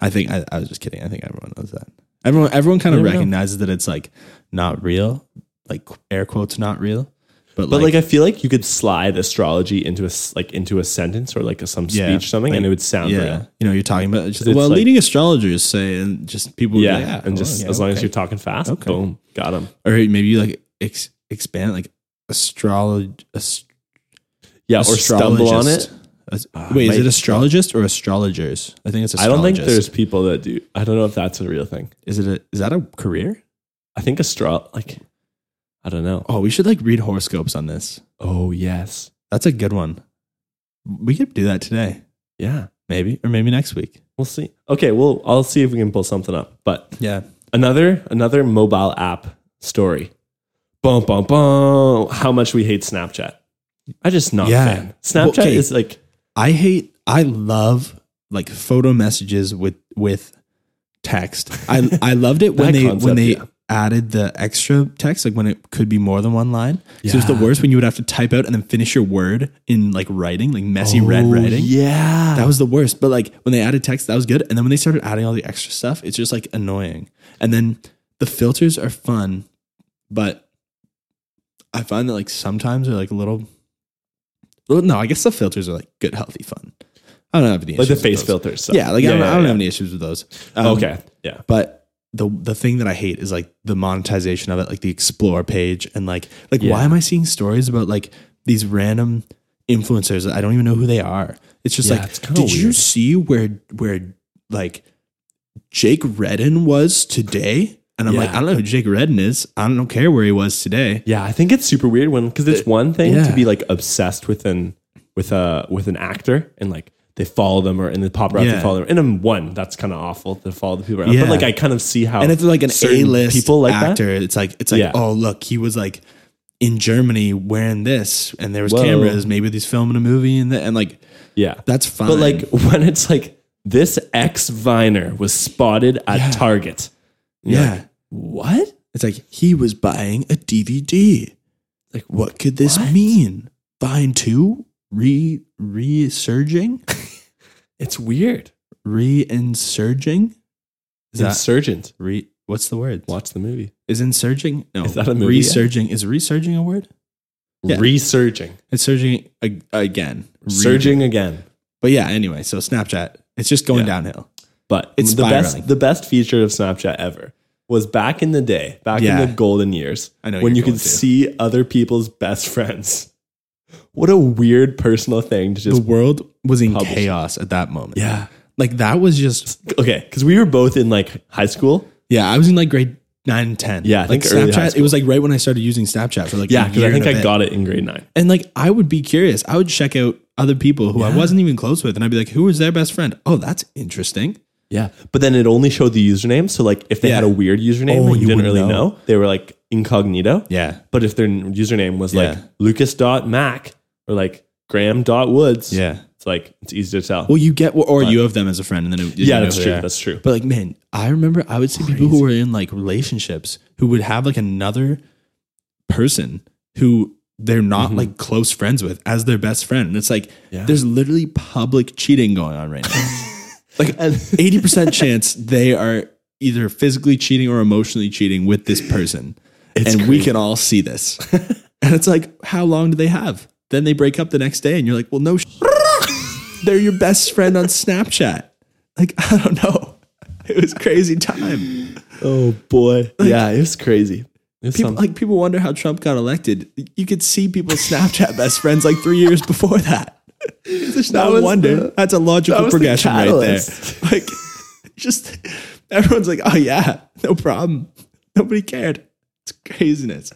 C: I think I, I was just kidding. I think everyone knows that. Everyone everyone kind of
B: never know.
C: recognizes that it's like not real, like air quotes not real. But,
B: But
C: like
B: like, I feel like you could slide astrology into a s- like into a sentence or like a, some speech
C: Yeah,
B: something,
C: like-
B: and it would sound real.
C: You know, you're talking about it's just,
B: It's
C: well,
B: like-
C: leading astrologers say, and just people,
B: Yeah,
C: yeah, Oh, yeah
B: and just as long as you're talking fast,
C: Okay.
B: boom, got him.
C: you're, or maybe you like ex- expand like astrolog, ast-
B: Yeah, or stumble on it. Ah,
C: astrologist. As- Wait, is
B: mate.
C: it astrologist or astrologers? I think it's.
B: I don't think
C: astrologist.
B: there's people that do. I don't know if that's a real thing.
C: Is it? A, is that a career?
B: I think astro like I don't know.
C: Oh, we should like read horoscopes on this.
B: Oh yes,
C: That's a good one. We could do that today,
B: yeah.
C: maybe, or maybe next week.
B: We'll see. Okay, well I'll see if we can pull something up. But
C: Yeah.
B: another another mobile app story. Bum bum bum. How much we hate Snapchat. I just not
C: Yeah.
B: fan. Snapchat
C: Okay.
B: is like
C: I hate I love like photo messages with with text. (laughs) I I loved it
B: That
C: when they when
B: concept,
C: they
B: yeah.
C: added the extra text, like when it could be more than one line. So it was the
B: Yeah.
C: worst when you would have to type out and then finish your word in like writing, like messy red
B: Oh,
C: writing.
B: Yeah,
C: That was the worst. But like when they added text, that was good. And then when they started adding all the extra stuff, it's just like annoying. And then the filters are fun, but I find that like sometimes they're like a little well, no, I guess the filters are like good, healthy fun. I don't have any
B: like
C: issues
B: the
C: with
B: face
C: those.
B: filters. so-
C: Yeah, like I don't, I don't
B: yeah.
C: have any issues with those. Um,
B: okay, yeah.
C: but the the thing that I hate is like the monetization of it, like the explore page, and like like why am I seeing stories about like these random influencers that I don't even know who they are? It's just
B: Yeah,
C: like,
B: it's
C: did
B: kinda
C: you
B: weird.
C: see where where like Jake Redden was today? And I'm like, I
B: Yeah.
C: don't know who Jake Redden is. I don't care where he was today.
B: Yeah, I think it's super weird when because it's one thing to
C: yeah.
B: be like obsessed with an with a with an actor and like they follow them or and the paparazzi
C: Yeah.
B: follow them. And I'm one that's kind of awful to follow the people around. But
C: Yeah.
B: like I kind of see how
C: And if they're like an
B: certain
C: A list
B: people like that-
C: actor, it's like it's like
B: Yeah.
C: oh look, he was like in Germany wearing this, and there was
B: Whoa.
C: cameras. Maybe he's filming a movie, and that, and like
B: yeah,
C: that's fine.
B: but like (laughs) when it's like this ex Viner was spotted at
C: Yeah.
B: Target. And you're
C: yeah,
B: like, what?
C: it's like he was buying a DVD. Like what could this
B: What?
C: mean? Vine two re
B: (laughs)
C: resurging,
B: It's weird.
C: reinsurging. Is that
B: Insurgent.
C: re What's the word?
B: Watch the movie.
C: Is insurging? No.
B: Is that a movie yet?
C: Resurging. Is resurging a word? Yeah.
B: Resurging.
C: It's surging ag- again. Re-
B: Surging again.
C: But yeah, anyway, so Snapchat, it's just going
B: Yeah.
C: downhill.
B: But
C: It's
B: the
C: spiraling.
B: best the best feature of Snapchat ever was back in the day, back
C: Yeah.
B: in the golden years,
C: I know
B: when
C: you're
B: you could
C: going to.
B: see other people's best (laughs) friends. What a weird personal thing to
C: The
B: just
C: world was in
B: Publishing.
C: chaos at that moment.
B: yeah.
C: Like that was just
B: Okay, because we were both in like high school.
C: yeah, I was in like grade nine and ten.
B: Yeah, I
C: like
B: think early high
C: Snapchat. It was like right when I started using Snapchat for like
B: Yeah,
C: a
B: because
C: year
B: I think
C: and a
B: I
C: bit.
B: got it in grade nine.
C: and like I would be curious. I would check out other people who I wasn't even close with, and I'd be like, "Who was their best friend? Oh, that's interesting."
B: Yeah, but then it only showed the username. So like, if they
C: Yeah.
B: had a weird username
C: Oh,
B: that you,
C: you
B: didn't
C: wouldn't
B: really know.
C: know.
B: they were like incognito.
C: Yeah,
B: But if their n- username was like
C: Yeah.
B: Lucas.Mac or like Graham.Woods,
C: yeah.
B: it's like it's easy to tell.
C: Well, you get or you have them as a friend, and then it, you
B: yeah,
C: know
B: that's
C: who they
B: true.
C: are.
B: That's true.
C: But like, man, I remember I would see people who were in like relationships who would have like another person who they're not like close friends with as their best friend. And it's like
B: Mm-hmm. Yeah.
C: there's literally public cheating going on right now.
B: (laughs)
C: like
B: And-
C: 80% chance they are either physically cheating or emotionally cheating with this person. and we can all see this. and it's like, how long do they have? Then they break up the next day and you're like, well, no, sh- (laughs) they're your best friend on Snapchat. Like, (laughs) I don't know. It was crazy time.
B: Oh boy, yeah, it was crazy. It was
C: People,
B: something.
C: like people wonder how Trump got elected. You could see people's Snapchat (laughs) best friends like three years before that. There's
B: That
C: no
B: was
C: wonder.
B: the-
C: That's a logical
B: that was the
C: progression right there.
B: catalyst.
C: (laughs) Like, just everyone's like, oh yeah, no problem. Nobody cared. It's craziness.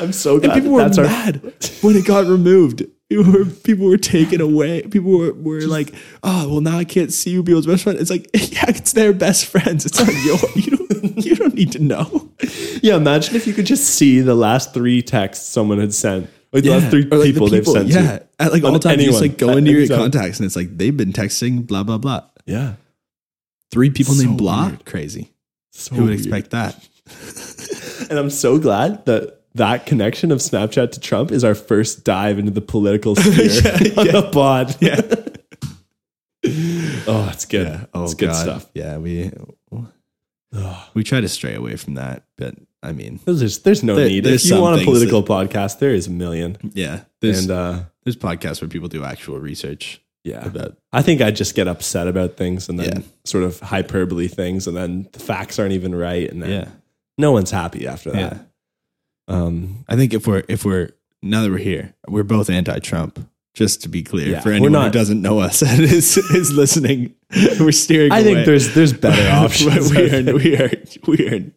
B: I'm so glad
C: And people were
B: that's our-
C: mad when it got removed. People were, people were taken away. People were, were like, "Oh, well, now I can't see you, people's best friend." It's like, (laughs) yeah, it's their best friends. It's not your. You don't. You don't need to know.
B: yeah, imagine if you could just see the last three texts someone had sent, like the last three
C: Or, like, the
B: people, they've sent. to.
C: Yeah, at like all
B: On
C: times, you just
B: anyone.
C: like go
B: At
C: into
B: any
C: your
B: time.
C: contacts, and it's like they've been texting blah blah blah.
B: yeah.
C: Three people
B: So
C: named blah.
B: weird.
C: Crazy.
B: So
C: Who would
B: weird. (laughs)
C: expect that?
B: And I'm so glad that that connection of Snapchat to Trump is our first dive into the
C: (laughs)
B: political sphere
C: Yeah,
B: (laughs) on
C: yeah.
B: the pod.
C: Yeah.
B: Oh, it's good.
C: Oh,
B: it's good
C: God.
B: stuff.
C: Yeah, we
B: Oh,
C: we try to stray away from that, but I mean,
B: there's there's no
C: There-
B: need.
C: there's
B: if you
C: some
B: want a
C: things
B: political podcast, there is a million.
C: yeah. There's
B: and uh,
C: there's podcasts where people do actual research
B: yeah,
C: about
B: I think I just get upset about things and then
C: Yeah.
B: sort of hyperbole things, and then the facts aren't even right, and then no one's happy after that. Um,
C: I think if we're if we're now that we're here, we're both anti-Trump. Just to be clear,
B: Yeah,
C: for
B: we're
C: anyone
B: not-
C: who doesn't know us (laughs) and is, is listening, (laughs) we're steering.
B: I think
C: away. (laughs)
B: there's there's better options.
C: we
B: out
C: are
B: there.
C: we are we are.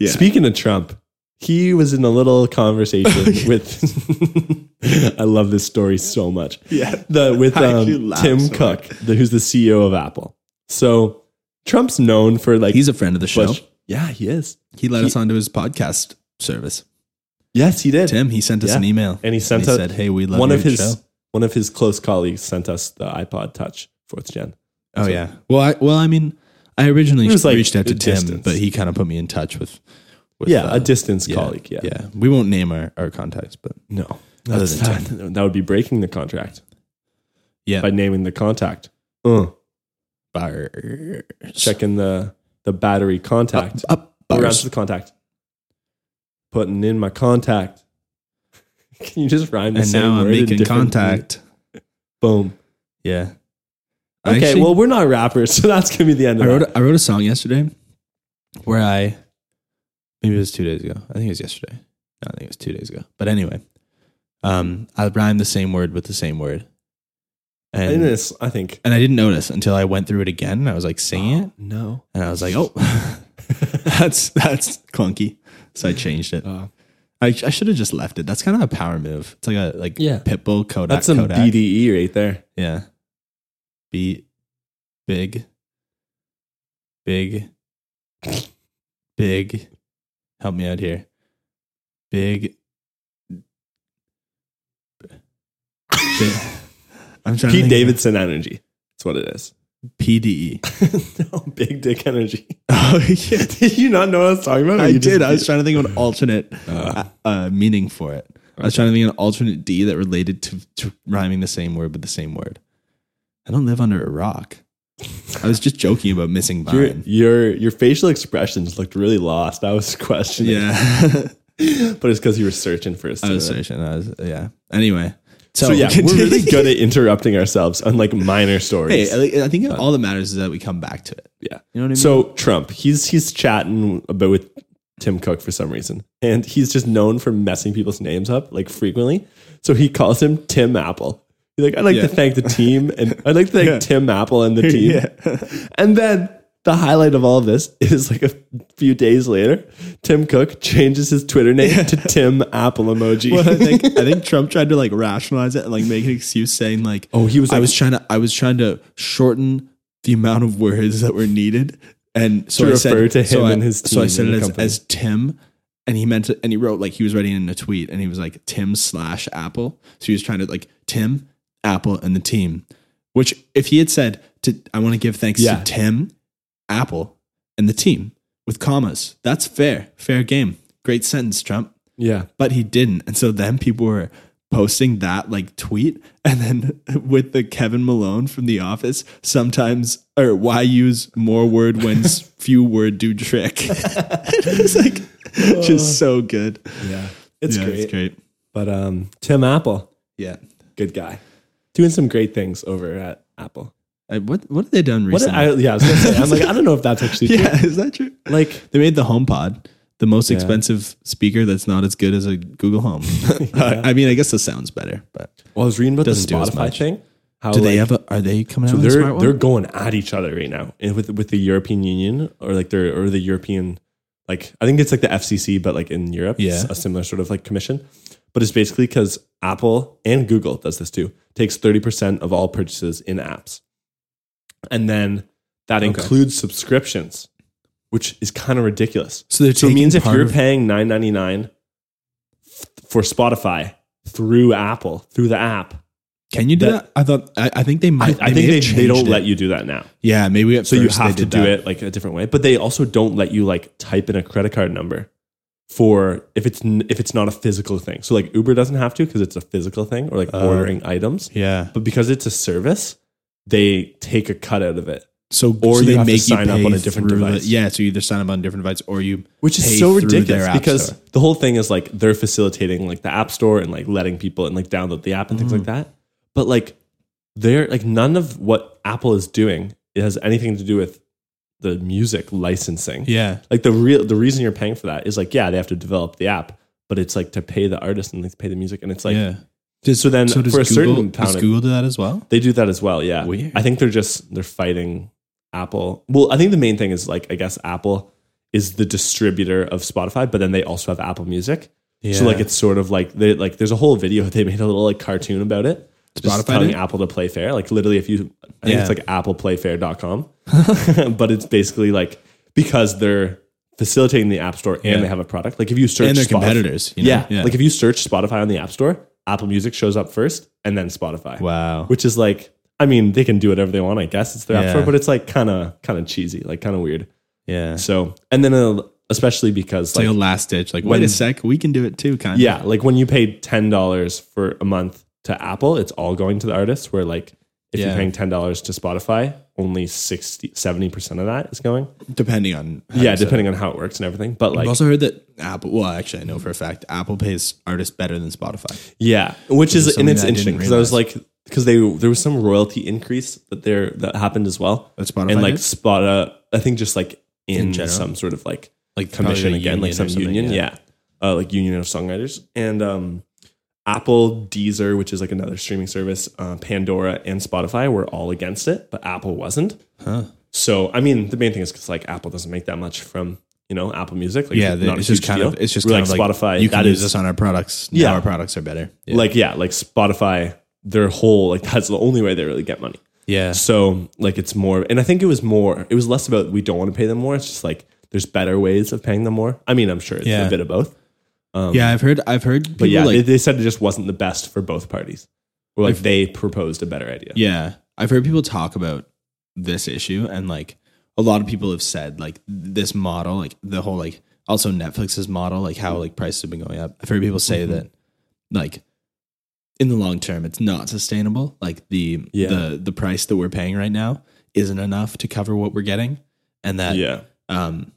C: Yeah.
B: Speaking of Trump, he was in a little
C: (laughs) Oh,
B: conversation with. (laughs) I love this story so much.
C: Yeah.
B: The with
C: I actually
B: um,
C: laugh
B: Tim
C: so
B: Cook, the, who's the CEO of Apple. So Trump's known for like
C: He's a friend of the show.
B: Bush- Yeah, he is.
C: he let
B: he-
C: us onto his podcast service.
B: Yes, he did.
C: Tim, he sent us
B: Yeah.
C: an email
B: and he sent
C: he
B: us
C: said, "Hey, we love
B: one
C: your
B: of his
C: show."
B: one of his close colleagues sent us the iPod Touch fourth gen.
C: Oh
B: So-
C: yeah. Well, I, well, I mean, I originally
B: It was like
C: reached out to
B: a
C: Tim,
B: distance.
C: but he kind of put me in touch with. with
B: yeah,
C: uh,
B: a distance
C: yeah,
B: colleague. Yeah,
C: yeah. We won't name our our contacts, but
B: no,
C: Other
B: That's-
C: than
B: that, that would be breaking the contract
C: yeah,
B: by naming the contact. Uh,
C: bars.
B: checking the the battery
C: up,
B: contact.
C: up
B: Around
C: bars.
B: to the contact. Putting in my contact. (laughs) Can you just rhyme the
C: and
B: same
C: now I'm
B: word in
C: making
B: different-
C: contact.
B: Boom.
C: Yeah. I
B: Okay,
C: actually-
B: well we're not rappers, (laughs) so that's gonna be the end
C: I
B: of
C: wrote
B: it.
C: a, I wrote a song yesterday where I maybe it was two days ago. I think it was yesterday. No, I think it was two days ago. But anyway, um, I rhymed the same word with the same word, and
B: In this, I think.
C: and I didn't notice until I went through it again. And I was like singing it,
B: No.
C: and I was like, oh, (laughs) that's that's clunky. So I changed it.
B: Uh,
C: I, I should have just left it. That's kind of a power move. It's like a like
B: Yeah.
C: Pitbull Kodak.
B: that's some
C: Kodak.
B: BDE right there.
C: Yeah. Be big, big, big. Help me out here.
B: (laughs)
C: Big. big I'm trying
B: Pete
C: to think-
B: Davidson energy. That's what it is. (laughs)
C: PDE.
B: no, big dick energy.
C: (laughs) Oh, yeah.
B: (laughs) did you not know what I was talking about?
C: (laughs) I did. I was trying to think of an alternate uh,
B: Uh.
C: uh, meaning for it. I was
B: Okay.
C: trying to think of an alternate D that related to, to rhyming the same word with the same word. I don't live under a rock. I was just joking about missing
B: Your,
C: (laughs) mine.
B: your your facial expressions looked really lost. I was (laughs) questioning,
C: Yeah.
B: but it's because you were searching for a
C: I was
B: stimulus.
C: searching. I was, yeah. Anyway.
B: So yeah, we're
C: continue.
B: really good at interrupting ourselves, unlike minor stories.
C: (laughs) Hey, I like- I think all that matters is that we come back to it.
B: yeah,
C: You know what I mean?
B: So Trump, he's he's chatting about with Tim Cook for some reason, and he's just known for messing people's names up like frequently. So he calls him Tim Apple. He's like, I'd like
C: Yeah.
B: to thank the team,
C: (laughs)
B: and I'd like to thank
C: Yeah.
B: Tim Apple and the team. And then the highlight of all of this is like a few days later, Tim Cook changes his Twitter name to Tim Apple emoji.
C: Well, I think I (laughs) think Trump tried to like rationalize it and like make an excuse saying like,
B: (laughs) Oh, he was
C: I
B: like-
C: was trying to I was trying to shorten the amount of words that were needed, and so
B: To
C: I said,
B: refer to
C: so
B: him
C: I,
B: and his
C: so I
B: team
C: said
B: and
C: it
B: the
C: as,
B: company.
C: as Tim, and he meant it, and he wrote like he was writing it in a tweet, and he was like Tim slash Apple, so he was trying to like Tim Apple and the team, which if he had said to I want to give thanks
B: Yeah.
C: to Tim Apple and the team with commas, that's fair, fair game, great sentence, Trump
B: yeah.
C: but he didn't. And so then people were posting that like tweet (laughs) and then with the Kevin Malone from the office sometimes or why use more word
B: (laughs)
C: when s- few word do trick. (laughs) it's like just so good.
B: Yeah. It's
C: Yeah,
B: great.
C: It's great.
B: But um, Tim Apple,
C: Yeah.
B: good guy. Doing some great things over at Apple.
C: I, what what have they done
B: What
C: recently?
B: I, yeah, I was gonna say, I'm like, I don't know if that's actually true.
C: (laughs) yeah, is that true?
B: Like,
C: They made the HomePod the most expensive speaker that's not as good as a
B: (laughs)
C: Google Home. (laughs) I mean, I guess the sound's better, but
B: well, I was reading about
C: Doesn't
B: the
C: do as
B: Spotify
C: much.
B: thing. How
C: do they
B: like,
C: have a, are they coming out with a
B: they're
C: Oh, smart one?
B: they're going at each other right now and with with the European Union or like their or the European like I think it's like the FCC but like in Europe it's
C: Yeah.
B: a similar sort of like commission but it's basically because Apple and Google does this too takes thirty percent of all purchases in apps and then that includes subscriptions which is kind of ridiculous
C: so they're
B: so it
C: taking
B: means if
C: part
B: you're
C: of-
B: paying nine ninety nine for Spotify through Apple through the app
C: Can you do that? I thought I, I think they
B: I,
C: might.
B: I think they, they don't let you do that now.
C: Yeah, maybe at
B: So you
C: first they
B: have to
C: did
B: do
C: that.
B: it like a different way, but they also don't let you like type in a credit card number for if it's n- if it's not a physical thing. So like Uber doesn't have to because it's a physical thing or like
C: Oh.
B: ordering items,
C: Yeah.
B: but because it's a service, they take a cut out of it,
C: So
B: Or
C: so
B: you
C: they
B: have to
C: make
B: sign
C: you
B: up
C: pay
B: on a different
C: through the-
B: device.
C: yeah, so you either sign up on a different device or you,
B: which is
C: pay
B: so
C: through
B: ridiculous
C: their app
B: because
C: store.
B: the whole thing is like they're facilitating like the app store and like letting people and like download the app and things like that. But like they're like none of what Apple is doing it has anything to do with the music licensing.
C: yeah,
B: like the real the reason you're paying for that is like yeah they have to develop the app but it's like to pay the artist and like to pay the music and it's like
C: yeah.
B: so then
C: So does
B: for a
C: Google,
B: certain
C: does
B: pound
C: Google do that as well?
B: they do that as well yeah
C: Weird.
B: i think they're just they're fighting apple well i think the main thing is like i guess apple is the distributor of spotify but then they also have apple music so like it's sort of like they like there's a whole video (laughs) they made a little like cartoon about it just
C: Spotify
B: telling
C: did?
B: apple to play fair like literally if you i think
C: Yeah.
B: it's like
C: (laughs)
B: appleplayfair.com (laughs) but it's basically like because they're facilitating the app store and
C: Yeah.
B: they have a product like if you search
C: and their
B: Spotify-
C: competitors. You know?
B: yeah, like if you search spotify on the app store apple music shows up first and then spotify
C: wow.
B: which is like I mean they can do whatever they want. I guess it's their app
C: Yeah.
B: store, but it's like kind of kind of cheesy, like kind of weird.
C: Yeah, it's
B: So and then uh, especially because
C: like
B: like,
C: a last ditch. Like wait a sec, we can do it too. Kind of.
B: yeah, like when you pay ten dollars for a month to Apple, it's all going to the artists. Where like if you're
C: Yeah.
B: paying ten dollars to Spotify, only 60 70 percent of that is going.
C: depending on. how
B: yeah,
C: you set it.
B: depending on how it works and everything. But like
C: I've also heard that Apple. Well, actually, I know for a fact Apple pays artists better than Spotify.
B: Yeah, which is
C: something
B: and it's
C: that I didn't
B: interesting because I was like because they there was some royalty increase that there that happened as well.
C: That Spotify
B: and like
C: did?
B: spot uh, I think just like in,
C: general?
B: some sort of like
C: Like
B: commission
C: probably a
B: again,
C: union or
B: like some
C: something,
B: union, yeah, Uh, like union of songwriters and um, Apple, Deezer, which is like another streaming service, uh, Pandora, and Spotify were all against it, but Apple wasn't.
C: Huh.
B: So I mean, the main thing is because like Apple doesn't make that much from you know Apple Music, like
C: Yeah,
B: it's not
C: it's
B: a
C: just
B: huge
C: kind
B: deal.
C: of it's just
B: We're
C: kind
B: like
C: of like
B: Spotify.
C: You can
B: that
C: use
B: is-
C: this on our products.
B: Yeah.
C: Yeah, our products are better. Yeah.
B: like yeah like spotify their whole like (laughs) that's the only way they really get money
C: yeah,
B: so like it's more and i think it was more it was less about we don't want to pay them more it's just like there's better ways of paying them more i mean i'm sure it's
C: Yeah.
B: a bit of both
C: yeah. I've heard. I've heard. People
B: but yeah
C: like,
B: they, they said it just wasn't the best for both parties or like they proposed a better idea
C: yeah, I've heard people talk about this issue, and like a lot of people have said, like this model, like the whole like also Netflix's model, like how like prices have been going up. I've heard people say
B: Mm-hmm.
C: that, like in the long term, it's not sustainable. Like the
B: Yeah.
C: the the price that we're paying right now isn't enough to cover what we're getting, and that
B: yeah.
C: um,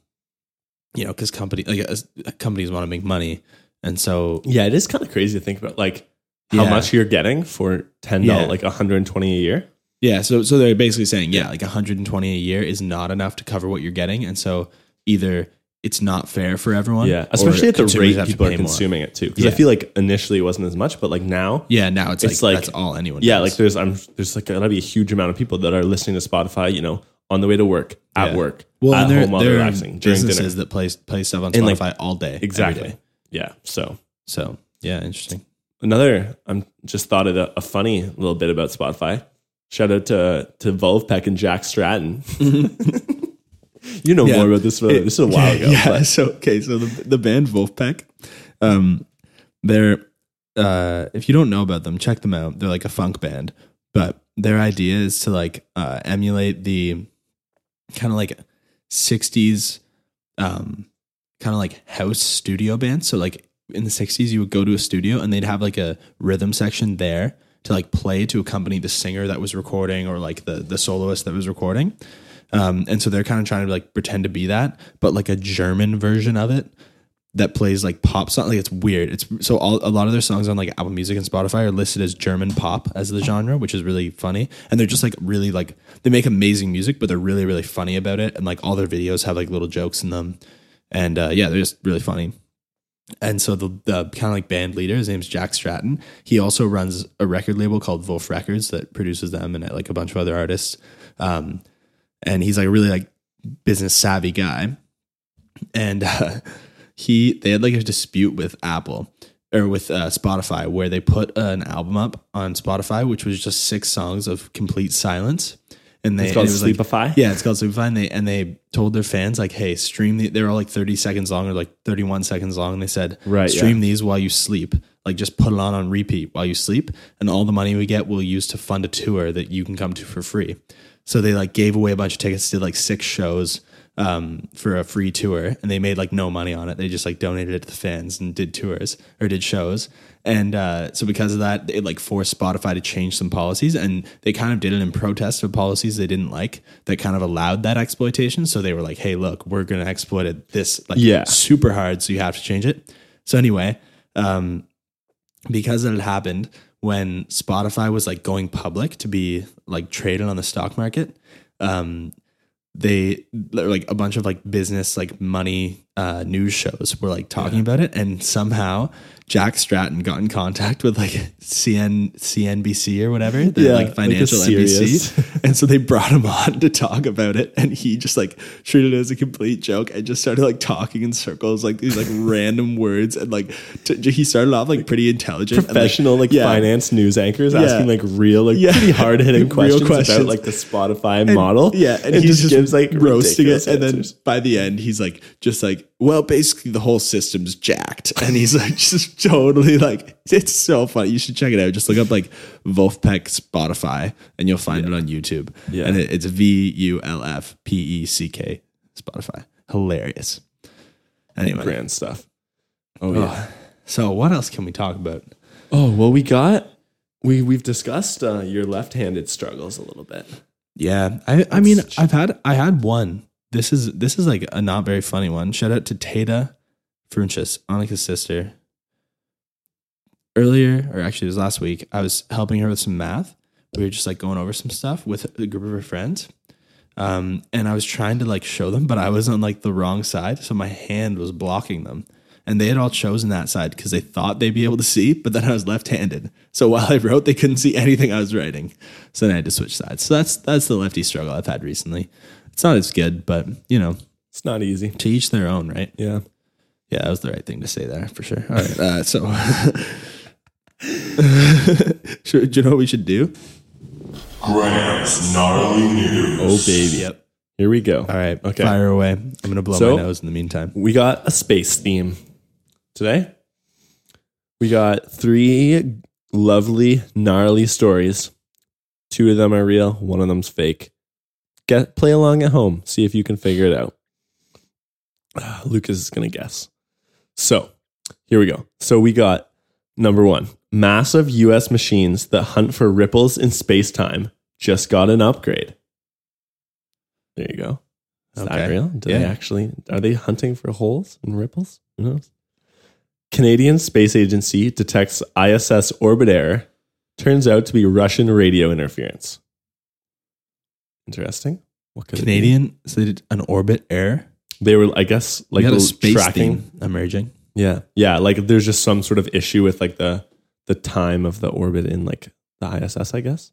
C: you know, because company like uh, companies want to make money, and so
B: Yeah, it is kind of crazy to think about like how
C: Yeah.
B: much you're getting for ten dollars,
C: Yeah.
B: like 120 a year.
C: yeah, so so they're basically saying yeah, like 120 a year is not enough to cover what you're getting, and so either it's not fair for everyone,
B: Yeah,
C: or
B: especially at the
C: consumers
B: rate
C: have to
B: people are
C: pay more.
B: consuming it too. Because I
C: Yeah.
B: feel like initially it wasn't as much, but like now,
C: Yeah, now it's,
B: It's
C: like,
B: like-
C: that's all anyone.
B: yeah,
C: does.
B: like there's I'm there's like gotta be a huge amount of people that are listening to Spotify. You know, on the way to work, at
C: Yeah.
B: work,
C: well,
B: at
C: and there,
B: home while
C: there are
B: relaxing during dinner.
C: businesses that play play stuff on
B: And, like,
C: Spotify all day, every
B: Exactly.
C: day.
B: Yeah. So
C: So yeah, interesting.
B: another i'm just thought of a, a funny little bit about spotify shout out to to Volpeck and jack stratton (laughs) you know
C: Yeah.
B: more about this but this is a while ago
C: (laughs) Yeah.
B: but
C: So okay, so the the band Wolfpack, um, they're uh, if you don't know about them, check them out. They're like a funk band, but their idea is to like uh, emulate the kind of like '60s, um, kind of like house studio bands. So like in the '60s, you would go to a studio and they'd have like a rhythm section there to like play to accompany the singer that was recording or like the the soloist that was recording. Um, and so they're kind of trying to like pretend to be that, but like a German version of it that plays like pop song. Like it's weird. It's so all, a lot of their songs on like Apple Music and Spotify are listed as German pop as the genre, which is really funny. And they're just like really like they make amazing music, but they're really really funny about it. And like all their videos have like little jokes in them, and uh, yeah, they're just really funny. And so the, the kind of like band leader, his name's Jack Stratton. He also runs a record label called Wolf Records that produces them and uh, like a bunch of other artists. Um, and he's like a really like business savvy guy and uh, he they had like a dispute with apple or with uh, spotify where they put an album up on spotify which was just six songs of complete silence and they
B: It's called
C: and it was like-
B: Sleepify?
C: yeah it's called sleepify and they and they told their fans like hey stream the, they were all like 30 seconds long or like 31 seconds long and they said
B: Right, yeah.
C: stream these while you sleep like just put it on on repeat while you sleep and all the money we get we'll use to fund a tour that you can come to for free so they like gave away a bunch of tickets did like six shows um, for a free tour and they made like no money on it they just like donated it to the fans and did tours or did shows and uh, so because of that it like forced spotify to change some policies and they kind of did it in protest of policies they didn't like that kind of allowed that exploitation so they were like hey look we're going to exploit it this like
B: Yeah.
C: super hard, so you have to change it. So anyway, um, because it had happened when Spotify was like going public to be like traded on the stock market, um, they like a bunch of like business like money uh, news shows were like talking about it, and somehow Jack Stratton got in contact with like CN CNBC or whatever, the,
B: Yeah,
C: like
B: like a
C: financial
B: serious-
C: NBC, (laughs) and so they brought him on to talk about it, and he just like treated it as a complete joke and just started like talking in circles, like these like (laughs) random words, and like t- he started off like pretty intelligent,
B: professional
C: and,
B: like
C: yeah.
B: finance news anchors asking like real like
C: Yeah.
B: pretty hard hitting
C: (laughs) Real
B: questions,
C: questions.
B: about like the Spotify model.
C: Yeah,
B: and, he just, gives like
C: roasting it,
B: ridiculous
C: and then
B: answers.
C: by the end, he's like, just like, well, basically the whole system's jacked, and he's like, (laughs) just totally like, it's so funny. You should check it out. Just look up like Wolfpack Spotify, and you'll find it on YouTube.
B: Yeah.
C: and it, it's V U L F P E C K Spotify. Hilarious. Anyway,
B: grand stuff. Oh yeah.
C: so what else can we talk about?
B: Oh well, we got we we've discussed uh, your left-handed struggles a little bit.
C: Yeah, I I mean I've had I had one. This is this is like a not very funny one. Shout out to Tata Frunchis, Annika's sister. Earlier, or actually it was last week, I was helping her with some math. We were just like going over some stuff with a group of her friends. Um, and I was trying to like show them, but I was on like the wrong side, so my hand was blocking them. And they had all chosen that side because they thought they'd be able to see, but then I was left-handed. So while I wrote, they couldn't see anything I was writing. So then I had to switch sides. So that's that's the lefty struggle I've had recently. It's not as good, but you know,
B: It's not easy.
C: to each their own, right?
B: Yeah.
C: Yeah, that was the right thing to say there for sure. All right, uh, so (laughs) Sure, do you know what we should do?
D: Grant's gnarly news.
B: Oh baby. Yep. Here we go.
C: All right,
B: Okay.
C: fire away. I'm gonna blow
B: So-
C: my nose in the meantime.
B: We got a space theme today. We got three lovely, gnarly stories. Two of them are real, one of them's fake. Get play along at home. See if you can figure it out. (sighs) Ah, Lucas is gonna guess. So here we go. So we got number one: massive U.S. machines that hunt for ripples in space-time just got an upgrade. There you go. Is
C: Okay.
B: that real? Do they
C: Yeah.
B: actually are they hunting for holes and ripples? Who knows? Canadian Space Agency detects ISS orbit error. Turns out to be Russian radio interference. Interesting. What could it be?
C: Canadian. So they did an orbit error.
B: They were, I guess, like
C: Like got
B: the
C: a space
B: tracking.
C: theme emerging.
B: Yeah, yeah. Like there's just some sort of issue with like the the time of the orbit in like the ISS, I guess.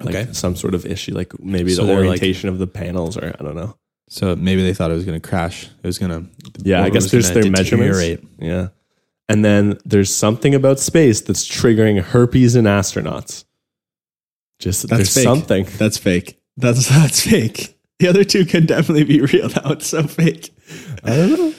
B: Like
C: Okay.
B: some sort of issue, like maybe
C: So
B: the
C: they're, like-
B: orientation of the panels, or I don't know.
C: So maybe they thought it was going to crash. It was going to.
B: Yeah, I guess there's their measurements. Yeah, and then there's something about space that's triggering herpes in astronauts. Just there's (laughs)
C: fake.
B: something.
C: That's fake. That's (laughs) that's fake. The other two can definitely be real. That one's so fake.
B: I don't know. Are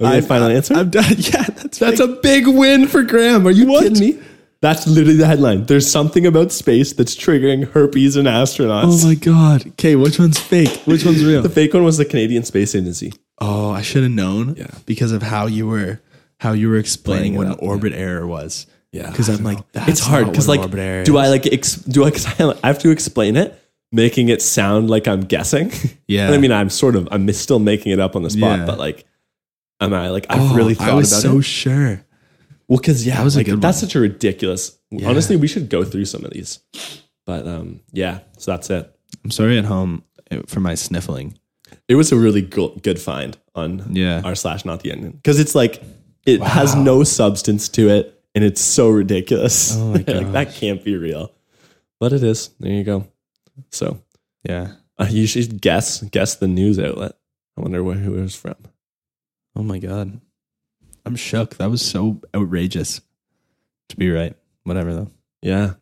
B: we
C: I'm-
B: the final answer?
C: I'm done. (laughs) Yeah, that's
B: That's
C: fake.
B: a big win for Graham. Are you kidding me? That's literally the headline. There's something about space that's triggering herpes in astronauts.
C: Oh my god. Okay, which one's fake? Which one's real?
B: The fake one was the Canadian Space Agency.
C: oh, I should have known.
B: Yeah.
C: Because of how you were how you were
B: Playing
C: explaining
B: it
C: what an
B: up,
C: orbit error was.
B: Yeah,
C: Because I'm like,
B: (laughs)
C: that's
B: it's hard because
C: because
B: like, do I like ex- do I? Cause I I have to explain it, making it sound like I'm guessing. (laughs)
C: Yeah.
B: and I mean, I'm sort of I'm still making it up on the spot,
C: Yeah.
B: but like, am I like I've
C: Oh,
B: really thought
C: I was
B: about
C: so
B: it?
C: sure.
B: Well, because yeah,
C: That was a
B: like,
C: good
B: that's
C: one.
B: such a ridiculous. Honestly, we should go through some of these, but um, yeah. So that's it.
C: I'm sorry at home uh, for my sniffling.
B: It was a really go- good find on
C: Yeah.
B: r slash not the onion because it's like it has no substance to it and it's so ridiculous.
C: Oh my
B: (laughs) like that can't be real, but it is. There you go. So
C: Yeah.
B: uh, you should guess guess the news outlet. I wonder where who it was from.
C: Oh my god. I'm shook. That was so outrageous. To be right. Whatever though.
B: Yeah.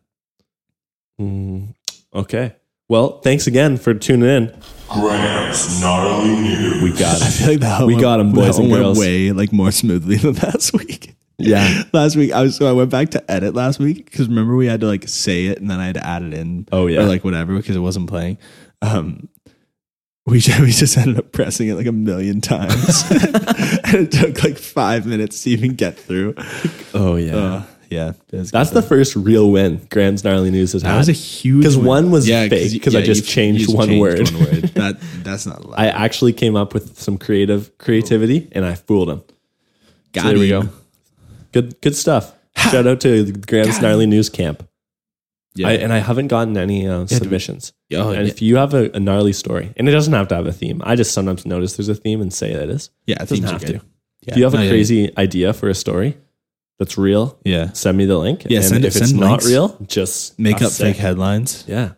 B: Mm, okay. Well, thanks again for tuning in.
D: Graham's gnarly news.
B: We got
C: I
B: it.
C: (laughs) feel like that
B: (laughs) We
C: went-
B: got 'em,
C: that
B: boys and
C: went
B: girls.
C: Way like more smoothly (laughs) than last week.
B: Yeah.
C: last week I was so I went back to edit last week because remember we had to like say it and then I had to add it in.
B: Oh, yeah.
C: or like whatever because it wasn't playing. Um, we just, (laughs) we just ended up pressing it like a million times, (laughs) and it took like five minutes to even get through.
B: Oh yeah.
C: Uh, yeah,
B: That's the first real win Graham's gnarly news has
C: that
B: had.
C: was a huge
B: 'Cause one was fake,
C: you-
B: 'cause I just
C: you-
B: changed
C: you just
B: one word.
C: one word. That that's not a lie.
B: (laughs) I actually came up with some creative creativity and I fooled him.
C: Got
B: So there we
C: him.
B: go. Good good stuff. Shout out to Graham's Gnarly News Camp.
C: Yeah.
B: I, and I haven't gotten any uh, submissions.
C: Oh,
B: and
C: yeah.
B: if you have a, a gnarly story, and it doesn't have to have a theme, I just sometimes notice there's a theme and say that is.
C: yeah,
B: It doesn't
C: themes are
B: have
C: good.
B: to.
C: Yeah.
B: Do you have
C: No,
B: a
C: yeah.
B: crazy idea for a story that's real?
C: Yeah,
B: Send me the link.
C: Yeah,
B: and
C: send-
B: if it's
C: send
B: not
C: links.
B: real, just
C: make
B: us
C: up
B: say-
C: fake headlines.
B: Yeah.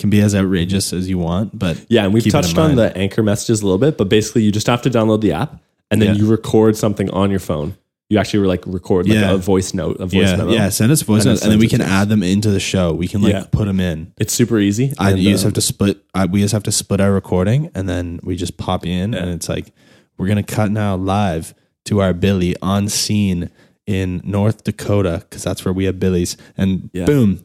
C: Can be as outrageous as you want, but
B: Yeah, and we've
C: Keep it in
B: touched on
C: mind.
B: the anchor messages a little bit, but basically you just have to download the app and then
C: Yeah.
B: you record something on your phone. You actually like record like
C: Yeah.
B: a voice note, a voice
C: yeah,
B: memo.
C: yeah. Send us voice
B: And then
C: notes, and then
B: send
C: we
B: it
C: can
B: to us.
C: add them into the show. We can like
B: Yeah.
C: put them in.
B: It's super easy.
C: I,
B: and,
C: you just
B: um,
C: have to split. I, we just have to split our recording, and then we just pop you in, and it's like we're gonna cut now live to our Billy on scene in North Dakota because that's where we have Billy's, and
B: Yeah.
C: boom.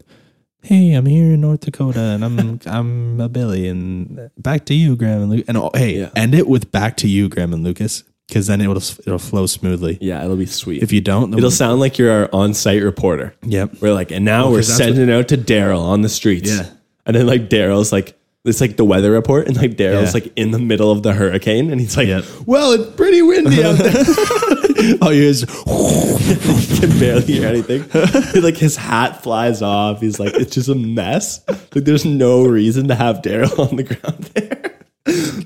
C: Hey, I'm here in North Dakota,
B: (laughs)
C: and I'm I'm a Billy, and back to you, Graham and Lucas. And oh, hey,
B: Yeah.
C: end it with back to you, Graham and Lucas, because then it'll it'll flow smoothly.
B: yeah, it'll be sweet.
C: If you don't, then
B: It'll sound like you're our on-site reporter.
C: Yep.
B: We're like, and now we're
C: 'cause that's what-
B: sending out to Daryl on the streets.
C: Yeah.
B: And then like Daryl's like, it's like the weather report, and like Daryl's
C: Yeah.
B: like in the middle of the hurricane, and he's like,
C: Yep.
B: "Well, it's pretty windy out
C: (laughs)
B: there. (laughs)
C: oh, you is
B: can barely hear anything." He, like his hat flies off. He's like, "It's just a mess." Like there's no reason to have Daryl (laughs) on the ground there.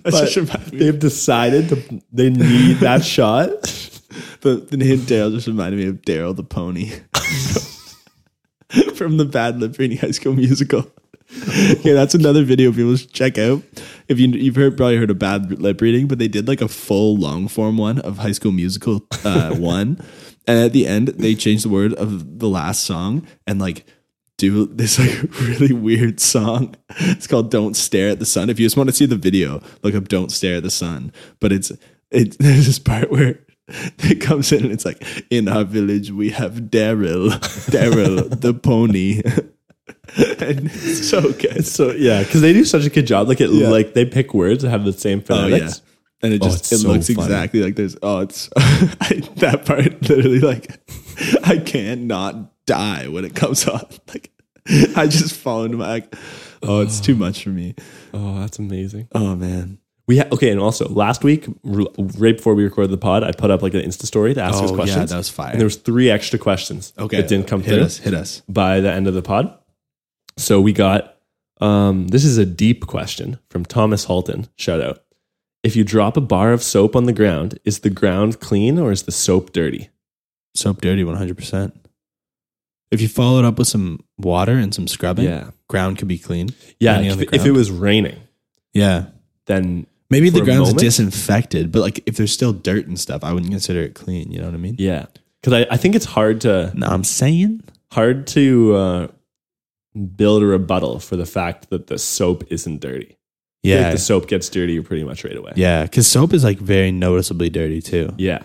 B: But
C: just reminded me-
B: they've decided to, they need that shot.
C: (laughs) But the name Daryl just reminded me of Daryl the Pony (laughs) from the Bad Lip Reading High School Musical. (laughs) yeah, that's another video people should check out. If you you've heard probably heard of Bad Lip Reading, but they did like a full long form one of High School Musical uh, (laughs) one, and at the end they changed the word of the last song and like. Do this like (laughs) really weird song. It's called "Don't Stare at the Sun." If you just want to see the video, look up "Don't Stare at the Sun." But it's it. (laughs) There's this part where (laughs) it comes in and it's like, in our village we have Daryl, Daryl
B: (laughs)
C: the pony. (laughs) and it's so good.
B: So yeah, because they do such a good job. Like it,
C: Yeah.
B: like they pick words that have the same
C: Oh
B: phonetics.
C: yeah. And it
B: Oh,
C: just
B: it's
C: it
B: so
C: looks
B: funny.
C: exactly like there's oh it's (laughs) I, (laughs) that part literally like I can't not die when it comes (laughs) on. Like
B: I just fall into my. Oh, it's (sighs) too much for me.
E: Oh, that's amazing.
B: Oh man.
E: We ha- okay, and also last week, r- right before we recorded the pod, I put up like an Insta story to ask
B: Oh,
E: us
B: yeah,
E: questions.
B: that was fire.
E: And there was three extra questions.
B: Okay.
E: that didn't come
B: hit
E: through
B: us. Hit us.
E: by the end of the pod. So we got um, this is a deep question from Thomas Halton. Shout out. If you drop a bar of soap on the ground, is the ground clean or is the soap dirty?
B: Soap dirty, one hundred percent. If you follow it up with some water and some scrubbing,
E: Yeah.
B: ground could be clean.
E: Yeah,
B: Depending on
E: if,
B: the
E: if it
B: ground.
E: was raining,
B: yeah,
E: then
B: maybe
E: For
B: the
E: a
B: ground's
E: moment?
B: disinfected, but like if there's still dirt and stuff, I wouldn't consider it clean. You know what I mean?
E: yeah, because I, I think it's hard to
B: No, I'm saying
E: hard to uh, build a rebuttal for the fact that the soap isn't dirty. Like,
B: yeah,
E: the soap gets dirty pretty much right away.
B: yeah, because soap is like very noticeably dirty too.
E: yeah.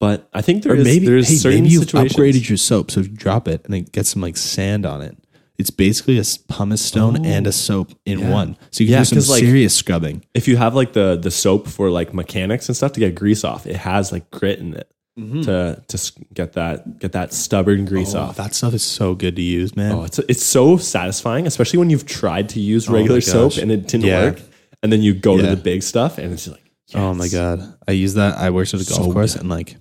E: But I think there
B: Or
E: is
B: maybe,
E: there's
B: hey,
E: certain
B: maybe you've
E: situations.
B: upgraded your soap, so if you drop it and it gets some like sand on it. It's basically a s- pumice stone and a soap in
E: Oh. Yeah.
B: one. So you can
E: Yeah,
B: do
E: 'cause,
B: some
E: like-
B: serious scrubbing.
E: if you have like the the soap for like mechanics and stuff to get grease off, it has like grit in it to to s- get that get that stubborn grease
B: Mm-hmm. Oh,
E: off.
B: that stuff is so good to use, man.
E: oh, it's it's so satisfying, especially when you've tried to use regular
B: Oh my
E: soap
B: gosh.
E: and it didn't
B: Yeah.
E: work, and then you go to
B: Yeah.
E: the big stuff and it's like,
B: Oh my
E: yes.
B: god, I use that. I worked at a golf
E: So
B: course and like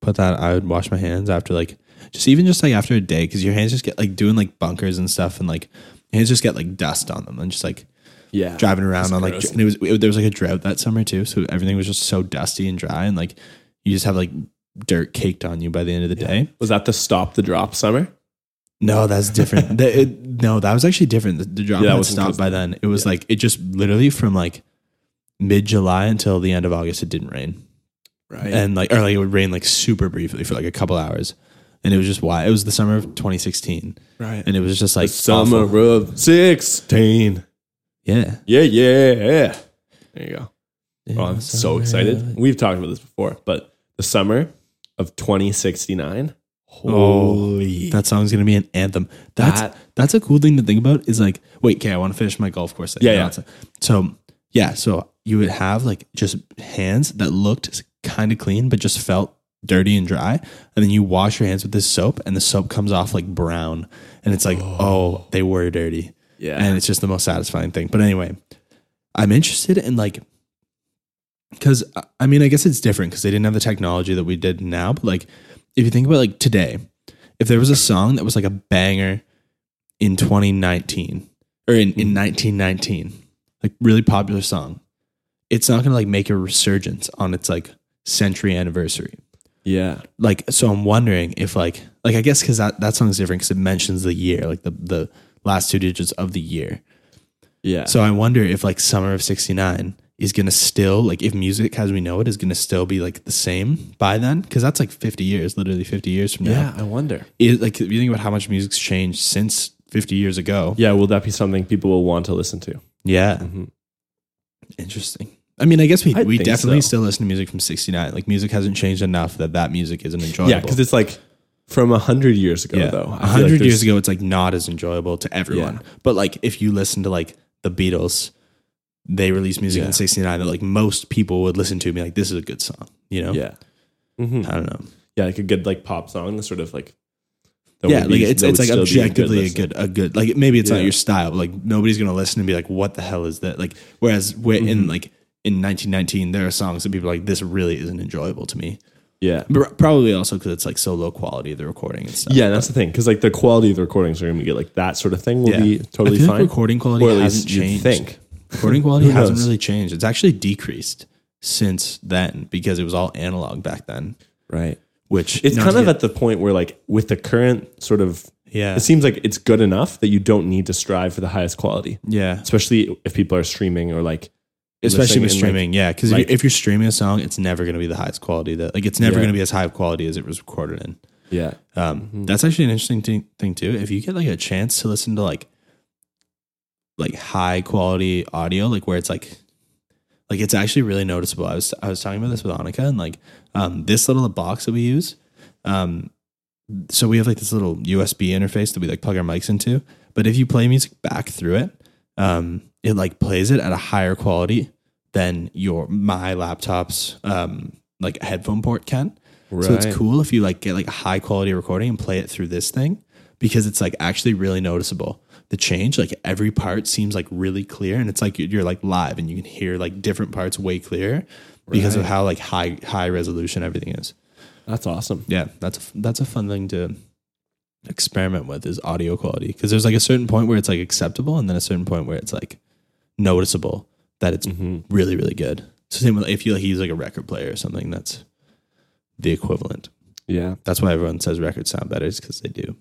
B: put that. I would wash my hands after like just even just like after a day because your hands just get like doing like bunkers and stuff and like your hands just get like dust on them and just like
E: yeah,
B: driving around
E: It's
B: on like
E: gross.
B: dr- and it was it, there was like a drought that summer too, so everything was just so dusty and dry and like you just have like dirt caked on you by the end of the day.
E: Was that the stop the drop summer?
B: No, that's
E: (laughs)
B: different. The- it- no, that was actually different. The, the drop
E: Yeah, that
B: had
E: wasn't
B: stopped by then. It was like it just literally from like mid July until the end of August, it didn't rain.
E: Right.
B: and like or like it would rain like super briefly for like a couple hours and it was just why it was the summer of 2016
E: Right.
B: and it was just like
E: summer
B: awful.
E: of sixteen.
B: yeah
E: Yeah, yeah, yeah. There you go. Oh,
B: Yeah,
E: I'm so
B: summer
E: excited.
B: of-
E: We've talked about this before, but the summer of 2069. Holy.
B: that song's gonna be an anthem that's
E: That-
B: that's a cool thing to think about is like wait okay i want to finish my golf course thing.
E: Yeah,
B: No,
E: yeah.
B: it's- so yeah so you would have like just hands that looked kind of clean but just felt dirty and dry and then you wash your hands with this soap and the soap comes off like brown and it's like oh they were dirty
E: yeah.
B: and it's just the most satisfying thing. But anyway, I'm interested in like, because I mean, I guess it's different because they didn't have the technology that we did now. But like, if you think about like today, if there was a song that was like a banger in 2019 or in, in 1919, like really popular song, it's not gonna like make a resurgence on its like century anniversary
E: yeah.
B: like so i'm wondering if like like i guess because that that song's different because it mentions the year like the the last two digits of the year
E: Yeah.
B: so i wonder if like summer of 69 is gonna still like if music as we know it is gonna still be like the same by then because that's like 50 years literally 50 years from
E: yeah,
B: now
E: I wonder.
B: It- like if you think about how much music's changed since 50 years ago
E: Yeah, will that be something people will want to listen to?
B: yeah
E: Mhm.
B: interesting i mean i guess we,
E: I
B: we
E: think
B: definitely
E: so.
B: still listen to music from 69 like music hasn't changed enough that that music isn't enjoyable
E: Yeah, because it's like from 100 years ago,
B: yeah.
E: though.
B: A
E: I feel like
B: 100 years
E: there's-
B: ago, it's like not as enjoyable to everyone.
E: Yeah.
B: But like if you listen to like the Beatles, they released music
E: Yeah.
B: in 69 that like most people would listen to and be like, this is a good song, you know?
E: Yeah. hmm
B: I don't know.
E: Yeah, like a good like pop song, the sort of like. that
B: yeah,
E: would be-
B: like it's
E: that
B: it's
E: would
B: like
E: still be
B: objectively a
E: listen.
B: good, a good like maybe it's
E: Yeah.
B: not your style, but like nobody's gonna listen and be like, what the hell is that? Like whereas we're in like in 1919, there are songs that people are like, this really isn't enjoyable to me.
E: Yeah.
B: But probably also because it's like so low quality of the recording and stuff.
E: Yeah, and that's the thing because like the quality of the recordings are going to get like that sort of thing will
B: Yeah.
E: be totally
B: I feel like
E: fine.
B: recording quality
E: or at least
B: hasn't
E: you'd
B: changed.
E: think. (laughs)
B: Recording quality
E: Who
B: hasn't
E: knows?
B: really changed. It's actually decreased since then because it was all analog back then,
E: Right.
B: which
E: It's
B: not
E: kind
B: to
E: of
B: get-
E: at the point where like with the current sort of
B: yeah.
E: it seems like it's good enough that you don't need to strive for the highest quality,
B: yeah.
E: especially if people are streaming or like
B: Especially
E: listening
B: with
E: in, like-
B: streaming, yeah, because
E: like-
B: if, you, if you're streaming a song, it's never going to be the highest quality that like it's never
E: Yeah.
B: going to be as high of quality as it was recorded in.
E: yeah,
B: Um, That's actually an interesting thing, thing too. If you get like a chance to listen to like like high quality audio, like where it's like like it's actually really noticeable. I was I was talking about this with Annika and like um, this little box that we use. Um, so we have like this little USB interface that we like plug our mics into. But if you play music back through it, um, it like plays it at a higher quality than your my laptop's um, like headphone port can. So it's
E: Right.
B: cool if you like get like a high quality recording and play it through this thing because it's like actually really noticeable. the change, like every part seems like really clear, and it's like you're, you're like live, and you can hear like different parts way clearer because of how like high high resolution everything is.
E: That's awesome.
B: Yeah, that's a, that's a fun thing to experiment with is audio quality because there's like a certain point where it's like acceptable, and then a certain point where it's like noticeable that it's
E: Mm-hmm.
B: really really good. So same with if you like use like a record player or something, that's the equivalent.
E: Yeah.
B: That's why everyone says records sound better, is because they do.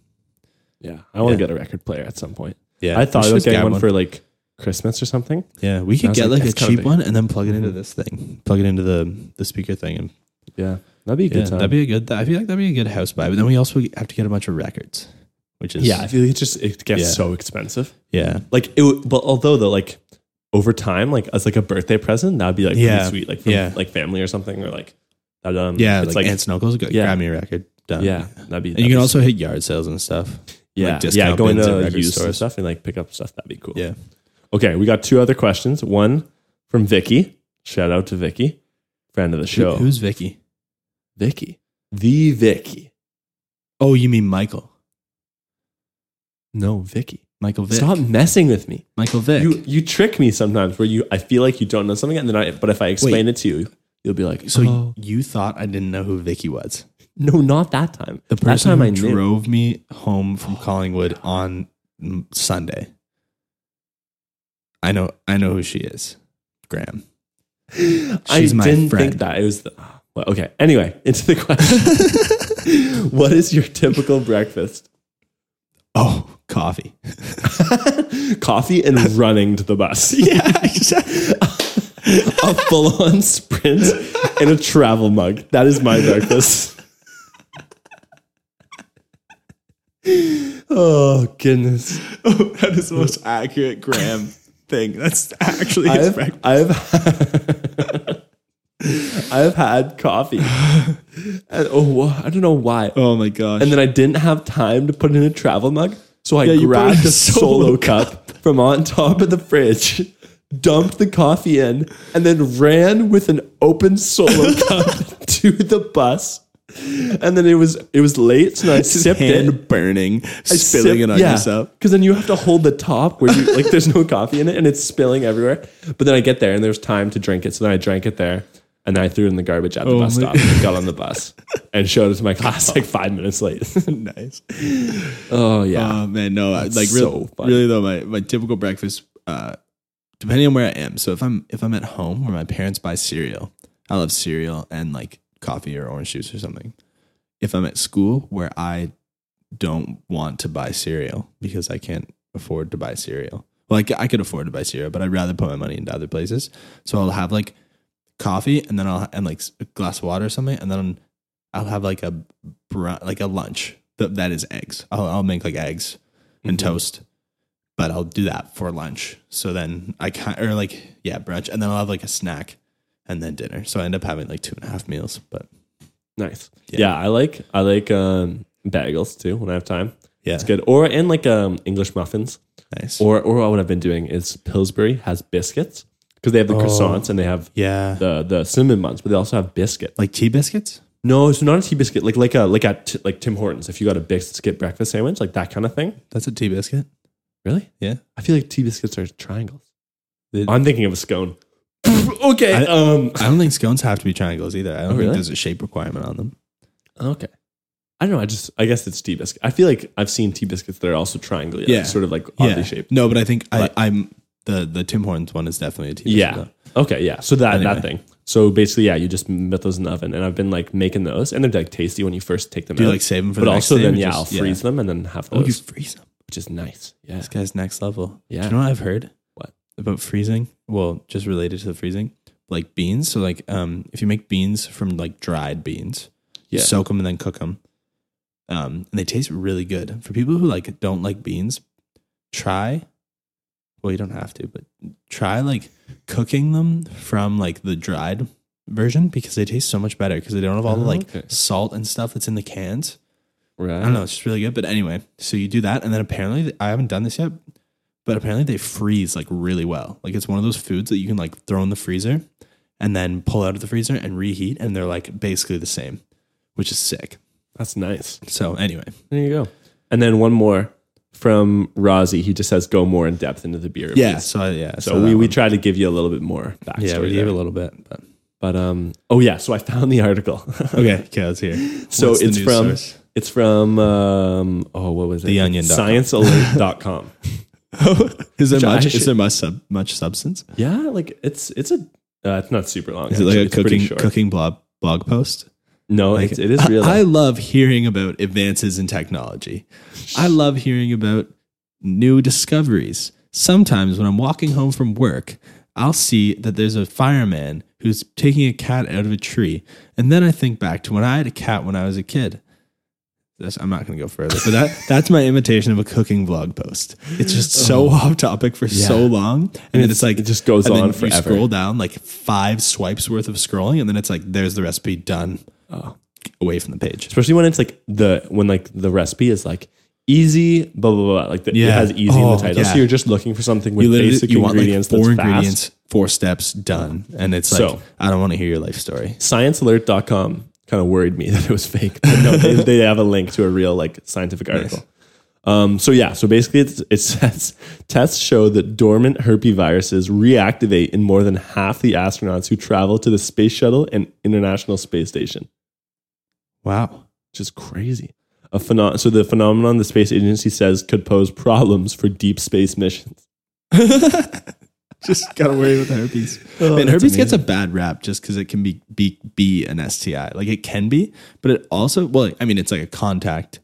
E: Yeah. I want to
B: Yeah.
E: get a record player at some point.
B: Yeah,
E: I thought
B: we
E: about
B: should
E: getting
B: grab
E: one,
B: one.
E: for like Christmas or something.
B: Yeah, we
E: I
B: could
E: was
B: get
E: like,
B: like, a
E: that's kinda
B: cheap
E: big.
B: one and then plug it into this thing, plug it into the the speaker thing, and
E: Yeah. That'd be a good
B: yeah,
E: time.
B: that'd be a good. I feel like that'd be a good house buy. But then we also have to get a bunch of records, which is
E: yeah. I feel like it just, it gets
B: Yeah.
E: so expensive.
B: yeah,
E: Like it, would- but although though, like over time, like as like a birthday present, that'd be like
B: Yeah.
E: pretty sweet. Like from
B: Yeah,
E: like family or something or like, um,
B: yeah.
E: It's
B: like,
E: like,
B: Aunt Snuggles, go,
E: yeah.
B: grab me a record. Done.
E: yeah. That'd be,
B: Um, and you can also hit yard sales and stuff.
E: yeah.
B: like,
E: yeah.
B: discount
E: Go
B: bins at
E: into
B: record
E: used
B: stores.
E: stuff and like pick up stuff. That'd be cool.
B: Yeah,
E: Okay, we got two other questions. One from Vicky. Shout out to Vicky, friend of the show.
B: Who- who's Vicky?
E: Vicky? The Vicky.
B: Oh, you mean Michael?
E: No, Vicky.
B: Michael Vick.
E: Stop messing with me.
B: Michael Vick.
E: You you trick me sometimes where you I feel like you don't know something and then I but if I explain it to you, you'll be like,
B: so
E: "Oh,
B: you thought I didn't know who Vicky was?
E: no, not that time.
B: The
E: that
B: person
E: time
B: who
E: I knew.
B: drove me home from Collingwood on mm, Sunday. I know, I know who she is, (gasps) Graham.
E: I
B: She's my
E: didn't
B: friend.
E: think that. It was the well, okay. Anyway, (laughs) into the
B: (laughs)
E: question. what is your typical breakfast?
B: Oh, coffee.
E: (laughs) Coffee and running to the
B: (laughs)
E: bus.
B: Yeah, exactly.
E: (laughs) a full on sprint and a travel mug. That is my breakfast. oh
B: (laughs)
E: goodness.
B: Oh, that is the most accurate Graham thing. That's actually his
E: I've
B: breakfast.
E: I've
B: (laughs)
E: I've had coffee. (sighs) And, oh, wha- I don't know why.
B: Oh my gosh!
E: And then I didn't have time to put it in a travel mug, so I
B: you put it
E: grabbed
B: in
E: a
B: a (laughs) solo
E: solo cup from on top of the fridge, dumped the coffee in, and then ran with an
B: (laughs)
E: open solo cup to the bus. And then it was it was late, so I sipped
B: hand
E: it.
B: burning,
E: I
B: spilling it on yourself. (laughs)
E: Because then you have to hold the top where you like there's no coffee in it and it's spilling everywhere. But then I get there and there's time to drink it. So then I drank it there and then I threw it in the garbage at the bus
B: Oh my-
E: stop and got on the bus and showed it to my class like five minutes late. (laughs)
B: nice.
E: Oh yeah.
B: Oh man, no, I- like real,
E: so funny.
B: really though, my, my typical breakfast, uh, depending on where I am. So if I'm if I'm at home where my parents buy cereal, I love cereal and like coffee or orange juice or something. If I'm at school where I don't want to buy cereal because I can't afford to buy cereal. Well, I, c- I could afford to buy cereal, but I'd rather put my money into other places. So I'll have like coffee and then I'll and like s- a glass of water or something, and then I'll have like a brunch, like a lunch that, that is eggs. I'll, I'll make like eggs
E: Mm-hmm.
B: and toast, but I'll do that for lunch. So then I kind or like yeah brunch, and then I'll have like a snack and then dinner. So I end up having like two and a half meals. But
E: Nice. Yeah.
B: Yeah.
E: I like I like um bagels too when I have time.
B: yeah,
E: It's good. Or and like um English muffins.
B: nice.
E: Or or what I've been doing is Pillsbury has biscuits because they have the
B: Oh.
E: croissants and they have
B: yeah,
E: the the cinnamon buns, but they also have biscuit.
B: like tea biscuits.
E: No, it's not a tea biscuit. Like like a like a t- like Tim Hortons. If you got a biscuit breakfast sandwich, like that kind of thing.
B: That's a tea biscuit.
E: Really?
B: Yeah.
E: I feel like tea biscuits are triangles.
B: They-
E: I'm thinking of a scone. (laughs)
B: I-
E: okay. um.
B: I don't think scones have to be triangles either. I don't
E: Oh, really?
B: think there's a shape requirement on them.
E: Okay. I don't know. I just I guess it's tea biscuit. I feel like I've seen tea biscuits that are also triangular, like,
B: Yeah.
E: sort of like oddly shaped.
B: No, but I think
E: But-
B: I, I'm the the Tim Hortons one is definitely a tea. biscuit,
E: Yeah.
B: though.
E: Okay. Yeah. So that that
B: Anyway.
E: thing. So basically, yeah, you just put those in the oven, and I've been like making those, and they're like tasty when you first take them.
B: Do you
E: out.
B: like save them for
E: but
B: the next
E: also
B: day
E: then
B: or
E: yeah,
B: just-
E: I'll
B: yeah.
E: freeze them and then have
B: Oh, you
E: those,
B: freeze them.
E: which is nice. Yeah.
B: This guy's next level.
E: Yeah.
B: Do you know what I've heard?
E: What?
B: About freezing? Well, just related to the freezing. Like beans. So like um if you make beans from like dried beans, you
E: Yeah.
B: soak them and then cook them. Um and they taste really good. For people who like don't like beans, try well, you don't have to, but try like cooking them from like the dried version because they taste so much better because they don't have all the
E: Oh,
B: like
E: okay.
B: salt and stuff that's in the cans.
E: Right.
B: I don't know. It's just really good. But anyway, so you do that, and then apparently I haven't done this yet, but apparently they freeze like really well. Like it's one of those foods that you can like throw in the freezer and then pull out of the freezer and reheat, and they're like basically the same, which is sick.
E: That's nice.
B: So anyway,
E: There you go. And then one more from Rozzy, he just says go more in depth into the beer.
B: Yeah.
E: reviews.
B: So I- yeah.
E: So we, we tried to give you a little bit more backstory.
B: yeah we gave
E: there.
B: a little bit. But.
E: But um oh yeah, so I found the (laughs) article.
B: (laughs) Okay. Okay. Let's hear.
E: so
B: What's the
E: it's
B: news
E: from
B: source?
E: it's from um oh what was it?
B: Theonion.com.
E: Sciencealert.com.
B: (laughs) Is there
E: Which I
B: much?
E: should-
B: Is there much sub, much substance?
E: (laughs) yeah, like it's it's a uh, it's not super long.
B: Is it like
E: actually.
B: a
E: It's pretty
B: cooking
E: short.
B: cooking blog blog post?
E: No,
B: Like,
E: it's, it is
B: (laughs) I-
E: real.
B: I, love hearing about advances in technology. I love hearing about new discoveries. Sometimes when I'm walking home from work, I'll see that there's a fireman who's taking a cat out of a tree, and then I think back to when I had a cat when I was a kid. That's, I'm not going to go further, but that, (laughs) that's my imitation of a cooking blog post. It's just so off topic for so long, Oh. and, then it's like
E: it just goes
B: and then
E: on
B: you
E: forever.
B: Scroll down like five swipes worth of scrolling, and then it's like there's the recipe done
E: Oh.
B: away from the page.
E: Especially when it's like the when like the recipe is like easy blah blah blah like the, it
B: Yeah.
E: has easy in
B: Oh,
E: the title.
B: yeah.
E: So you're just looking for something with
B: You literally
E: basic
B: you want like
E: ingredients
B: four
E: that's
B: ingredients,
E: fast.
B: four steps done, and it's like
E: So-
B: I don't want to hear your life story.
E: Sciencealert.com kind of worried me (laughs) that it was fake. But no, they, they have a link to a real like scientific article. Um, so yeah, so basically it's, it says tests show that dormant herpetoviruses reactivate in more than half the astronauts who travel to the space shuttle and international space station,
B: Wow,
E: which is crazy. A phenom- so the phenomenon the space agency says could pose problems for deep space missions.
B: just gotta worry with (laughs) herpes. Oh, and herpes gets a bad rap just because it can be, be be an STI. Like it can be, but it also well, I mean, it's like a contact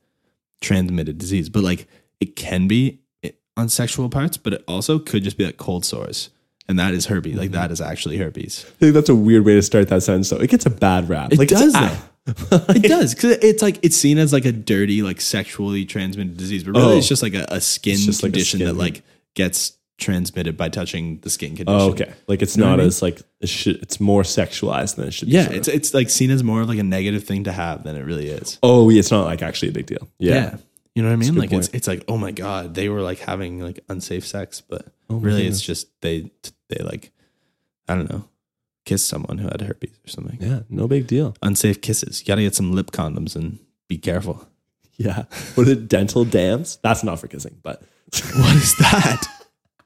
B: transmitted disease, but like it can be it- on sexual parts, but it also could just be like cold sores, and that is herpes. Like that is actually herpes.
E: I think that's a weird way to start that sentence. though. it gets a bad rap.
B: It
E: it's-
B: does,
E: ah,
B: (laughs) it does because it's like it's seen as like a dirty, like sexually transmitted disease, but really
E: Oh.
B: it's just like a, a skin
E: just like a
B: condition
E: skin-
B: that like gets transmitted by touching the skin condition.
E: Oh, okay. Like it's
B: know what
E: not
B: I mean?
E: as like it should, it's more sexualized than it should.
B: Yeah,
E: be
B: it's it's like seen as more of like a negative thing to have than it really is.
E: oh, yeah, it's not like actually a big deal. Yeah.
B: You know what I mean?
E: good
B: Like it's it's like, oh my god, they were like having like unsafe sex, but
E: Oh
B: really it's just they they like I don't know, kissed someone who had herpes or something.
E: yeah, no big deal.
B: Unsafe kisses. You gotta get some lip condoms and be careful.
E: (laughs) Yeah, what is it? Dental dams? That's not for kissing, but (laughs)
B: What is (laughs) that?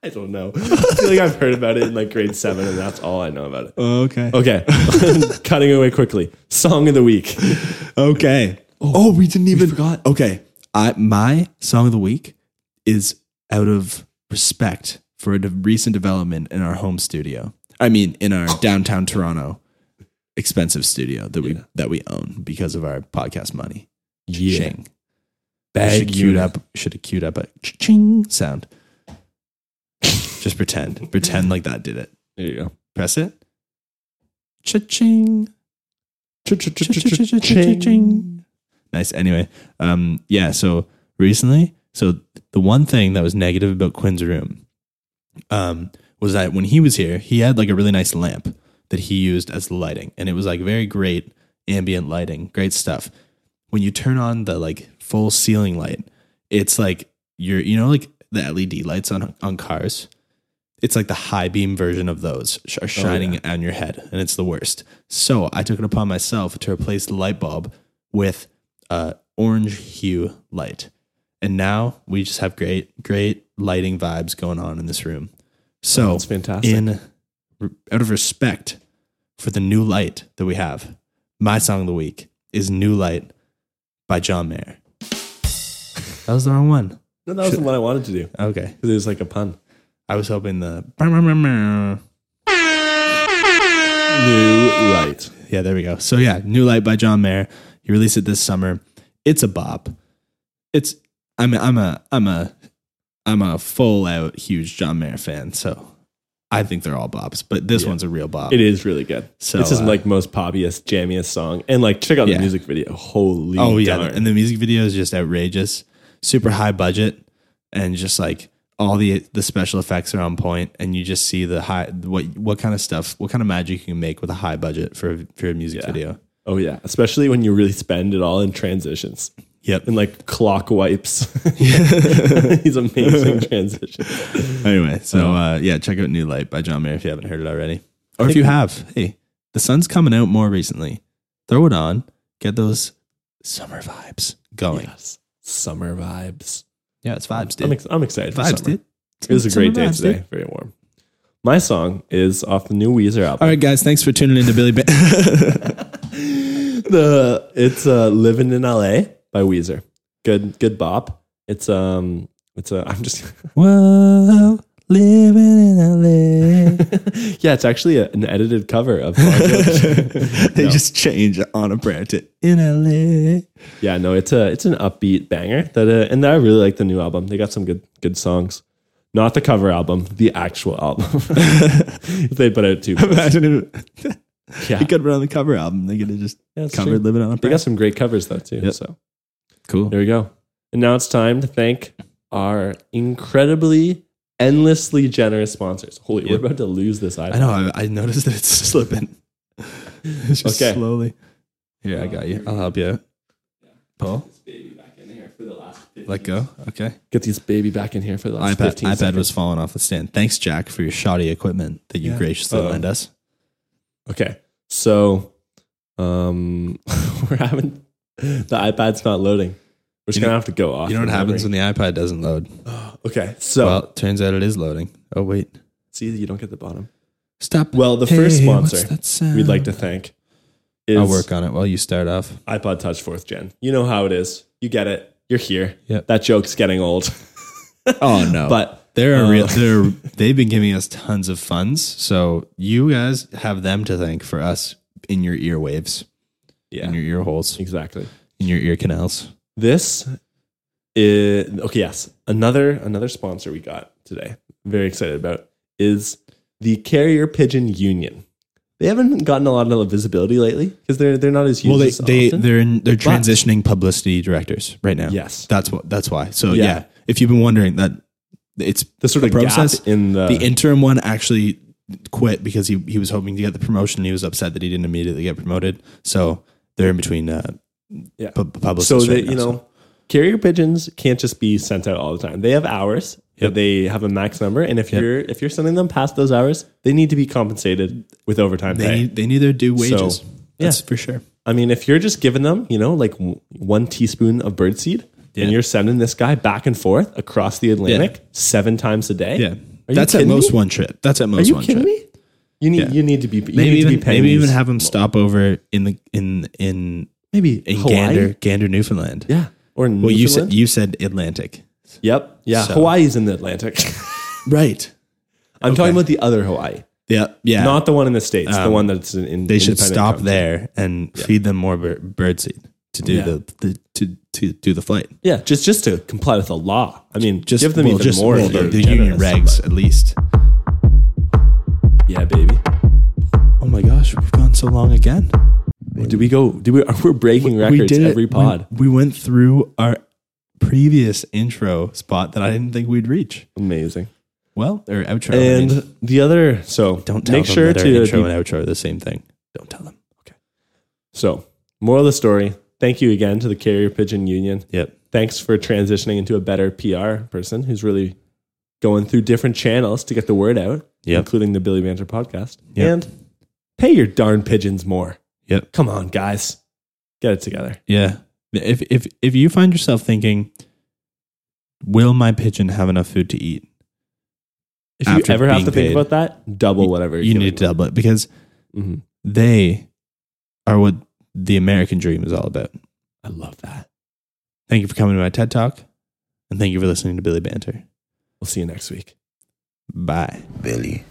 E: I don't know. (laughs) I feel like I've heard about it in like grade seven, and that's all I know about it.
B: Oh, okay.
E: Okay, (laughs) cutting away quickly. Song of the week.
B: Okay. Oh, we didn't even forgot. Okay. I my song of the week is out of respect for a de- recent development in our home studio. I mean, in our downtown Toronto expensive studio that we that we own because of our podcast money.
E: Yeah.
B: Ching. Should queued up. Should have queued up a ching sound. Just pretend. pretend like that did it.
E: There you go.
B: Press it. Cha-ching.
E: Ching.
B: Nice. Anyway, um, yeah. So recently, so the one thing that was negative about Quinn's room, um, was that when he was here, he had like a really nice lamp that he used as lighting, and it was like very great ambient lighting, great stuff. When you turn on the like full ceiling light, it's like you're you know like the LED lights on on cars. It's like the high beam version of those sh- are shining on your head, and it's the worst. So I took it upon myself to replace the light bulb with uh, orange hue light, and now we just have great, great lighting vibes going on in this room. So
E: That's fantastic.
B: in r- out of respect for the new light that we have, my song of the week is "New Light" by John Mayer. That was the wrong one.
E: No, that was the one I wanted to do
B: Okay,
E: because it was like a pun.
B: I was hoping the.
E: New light.
B: Yeah, there we go. So yeah, New Light by John Mayer. He released it this summer. It's a bop. It's I'm a, I'm a I'm a I'm a full out huge John Mayer fan. So I think they're all bops, but this one's a real bop.
E: It is really good.
B: So,
E: this is
B: uh,
E: like most poppiest, jammiest song. And like, check out
B: Yeah.
E: the music video. Holy,
B: Oh yeah,
E: darn.
B: and the music video is just outrageous, super high budget, and just like all the the special effects are on point, and you just see the high what what kind of stuff, what kind of magic you can make with a high budget for a, for a music video.
E: Oh yeah, especially when you really spend it all in transitions
B: Yep.
E: and like clock wipes. (laughs) These amazing transitions.
B: Anyway, so
E: Uh-huh.
B: uh, yeah, check out New Light by John Mayer if you haven't heard it already, or if you have. Hey, the sun's coming out more recently. Throw it on, get those summer vibes going.
E: Yes, summer vibes.
B: Yeah, it's vibes, dude.
E: I'm, ex- I'm excited. for
B: vibes,
E: summer.
B: dude.
E: It was a
B: Summer
E: great day
B: vibes,
E: today.
B: dude.
E: Very warm. My song is off the new Weezer album.
B: All right, guys. Thanks for tuning in to Billy. Ba- (laughs)
E: the it's uh living in LA by Weezer. Good good bop. It's um it's uh (laughs) I'm just
B: Whoa, living in LA.
E: yeah, it's actually a, an edited cover of Bon
B: (laughs)
E: Jovi.
B: they just change on a prayer to in LA.
E: Yeah, no, it's a it's an upbeat banger that uh, and I really like the new album. They got some good good songs. Not the cover album, the actual album. (laughs) if they
B: (laughs)
E: put out two.
B: Imagine if
E: Yeah.
B: they (laughs) could run on the cover album. They could have just
E: Yeah, it's
B: covered
E: true.
B: living on a
E: They
B: prayer.
E: got some great covers though too.
B: Yep.
E: So
B: Cool.
E: There we go. And now it's time to thank our incredibly, endlessly generous sponsors. Holy,
B: Yep.
E: we're about to lose this item.
B: I know. I, I noticed that it's (laughs) slipping. It's just
E: Okay.
B: slowly. Here, I got you. I'll help you out. Paul, let go. Okay.
E: Get these baby back in here for the last
B: iPad,
E: 15
B: iPad
E: seconds.
B: was falling off the stand. Thanks, Jack, for your shoddy equipment that you graciously
E: Uh-oh.
B: lent us.
E: Okay. So um, (laughs) we're having the iPad's not loading. We're just
B: You know-
E: going to have to go off.
B: You know what
E: the
B: happens when
E: memory.
B: the iPad doesn't load?
E: Okay. So
B: well, turns out it is loading. Oh wait,
E: see, you don't get the bottom.
B: stop.
E: Well, the first
B: Hey, what's
E: sponsor
B: that sound?
E: We'd like to thank is
B: I'll work on it while you start off.
E: iPod Touch 4th Gen. You know how it is. You get it. You're here.
B: Yep.
E: That joke's getting old.
B: Oh no,
E: But
B: they're
E: Uh,
B: real. (laughs) They're they've been giving us tons of funds, so you guys have them to thank for us in your earwaves,
E: yeah.
B: in your ear holes,
E: Exactly.
B: in your ear canals.
E: This is okay. Yes, another another sponsor we got today. Very excited about is the Carrier Pigeon Union. They haven't gotten a lot of visibility lately because they're they're not as used.
B: Well, they
E: as
B: they
E: often.
B: they're in, they're transitioning publicity directors right now.
E: Yes.
B: that's what that's why. So
E: Yeah.
B: yeah, if you've been wondering that, it's
E: the sort of
B: process-
E: gap in the,
B: the interim one actually quit because he, he was hoping to get the promotion. He was upset that he didn't immediately get promoted. So they're in between uh,
E: Yeah.
B: pub- publicists.
E: so that
B: right now,
E: you know carrier pigeons can't just be sent out all the time. They have hours. that They have a max number, and if you're if you're sending them past those hours, they need to be compensated with overtime
B: they
E: pay.
B: need, they need their due wages.
E: yeah.
B: That's for sure.
E: I mean, if you're just giving them, you know, like w- one teaspoon of birdseed, and you're sending this guy back and forth across the Atlantic seven times a day,
B: Yeah,
E: Are
B: that's
E: you
B: at
E: kidding
B: most
E: me?
B: one trip. That's at
E: Are
B: most
E: you
B: one
E: kidding
B: trip.
E: me? You need
B: Yeah.
E: you need to be you
B: Maybe
E: need to
B: even
E: be paying
B: maybe
E: these-
B: even have them stop over in the in in
E: maybe
B: in
E: Hawaii?
B: Gander Gander Newfoundland.
E: yeah, or
B: Well, you said
E: you,
B: you said Atlantic,
E: yep, yeah,
B: So-
E: Hawaii's in the Atlantic. (laughs)
B: right?
E: I'm talking about the other Hawaii,
B: Yeah, yeah.
E: not the one in the states, the
B: Um,
E: one that's in. in
B: they should
E: independent
B: stop
E: country.
B: there and feed them more bird, bird seed to do
E: Yeah.
B: the, the to to do the flight.
E: Yeah, just just to comply with the law. I mean, just give them
B: well,
E: even more.
B: well,
E: if
B: the,
E: you're
B: the union
E: generous.
B: regs at least.
E: Yeah, baby.
B: Oh my gosh, we've gone so long again.
E: Do we go? Do we? (laughs) We're breaking records every
B: we-
E: pod.
B: We, went through our previous intro spot that I didn't think we'd reach.
E: Amazing.
B: Well, or outro. I mean.
E: And the other, so
B: don't tell
E: make
B: them
E: sure
B: that
E: to
B: our intro
E: be-
B: and outro are the same thing. Don't tell them. Okay.
E: so moral of the story. Thank you again to the Carrier Pigeon Union.
B: Yep.
E: Thanks for transitioning into a better PR person who's really going through different channels to get the word out,
B: Yep.
E: including the Billy Banter podcast.
B: Yep.
E: And pay your darn pigeons more.
B: Yep.
E: Come on, guys, get it together.
B: Yeah. If if if you find yourself thinking, will my pigeon have enough food to eat?
E: If you
B: After
E: ever have
B: being
E: to
B: paid.
E: think about that, double whatever
B: you need to double it because
E: hmm
B: they are what the American dream is all about.
E: I love that.
B: Thank you for coming to my TED Talk, and thank you for listening to Billy Banter.
E: We'll see you next week.
B: Bye.
A: Billy.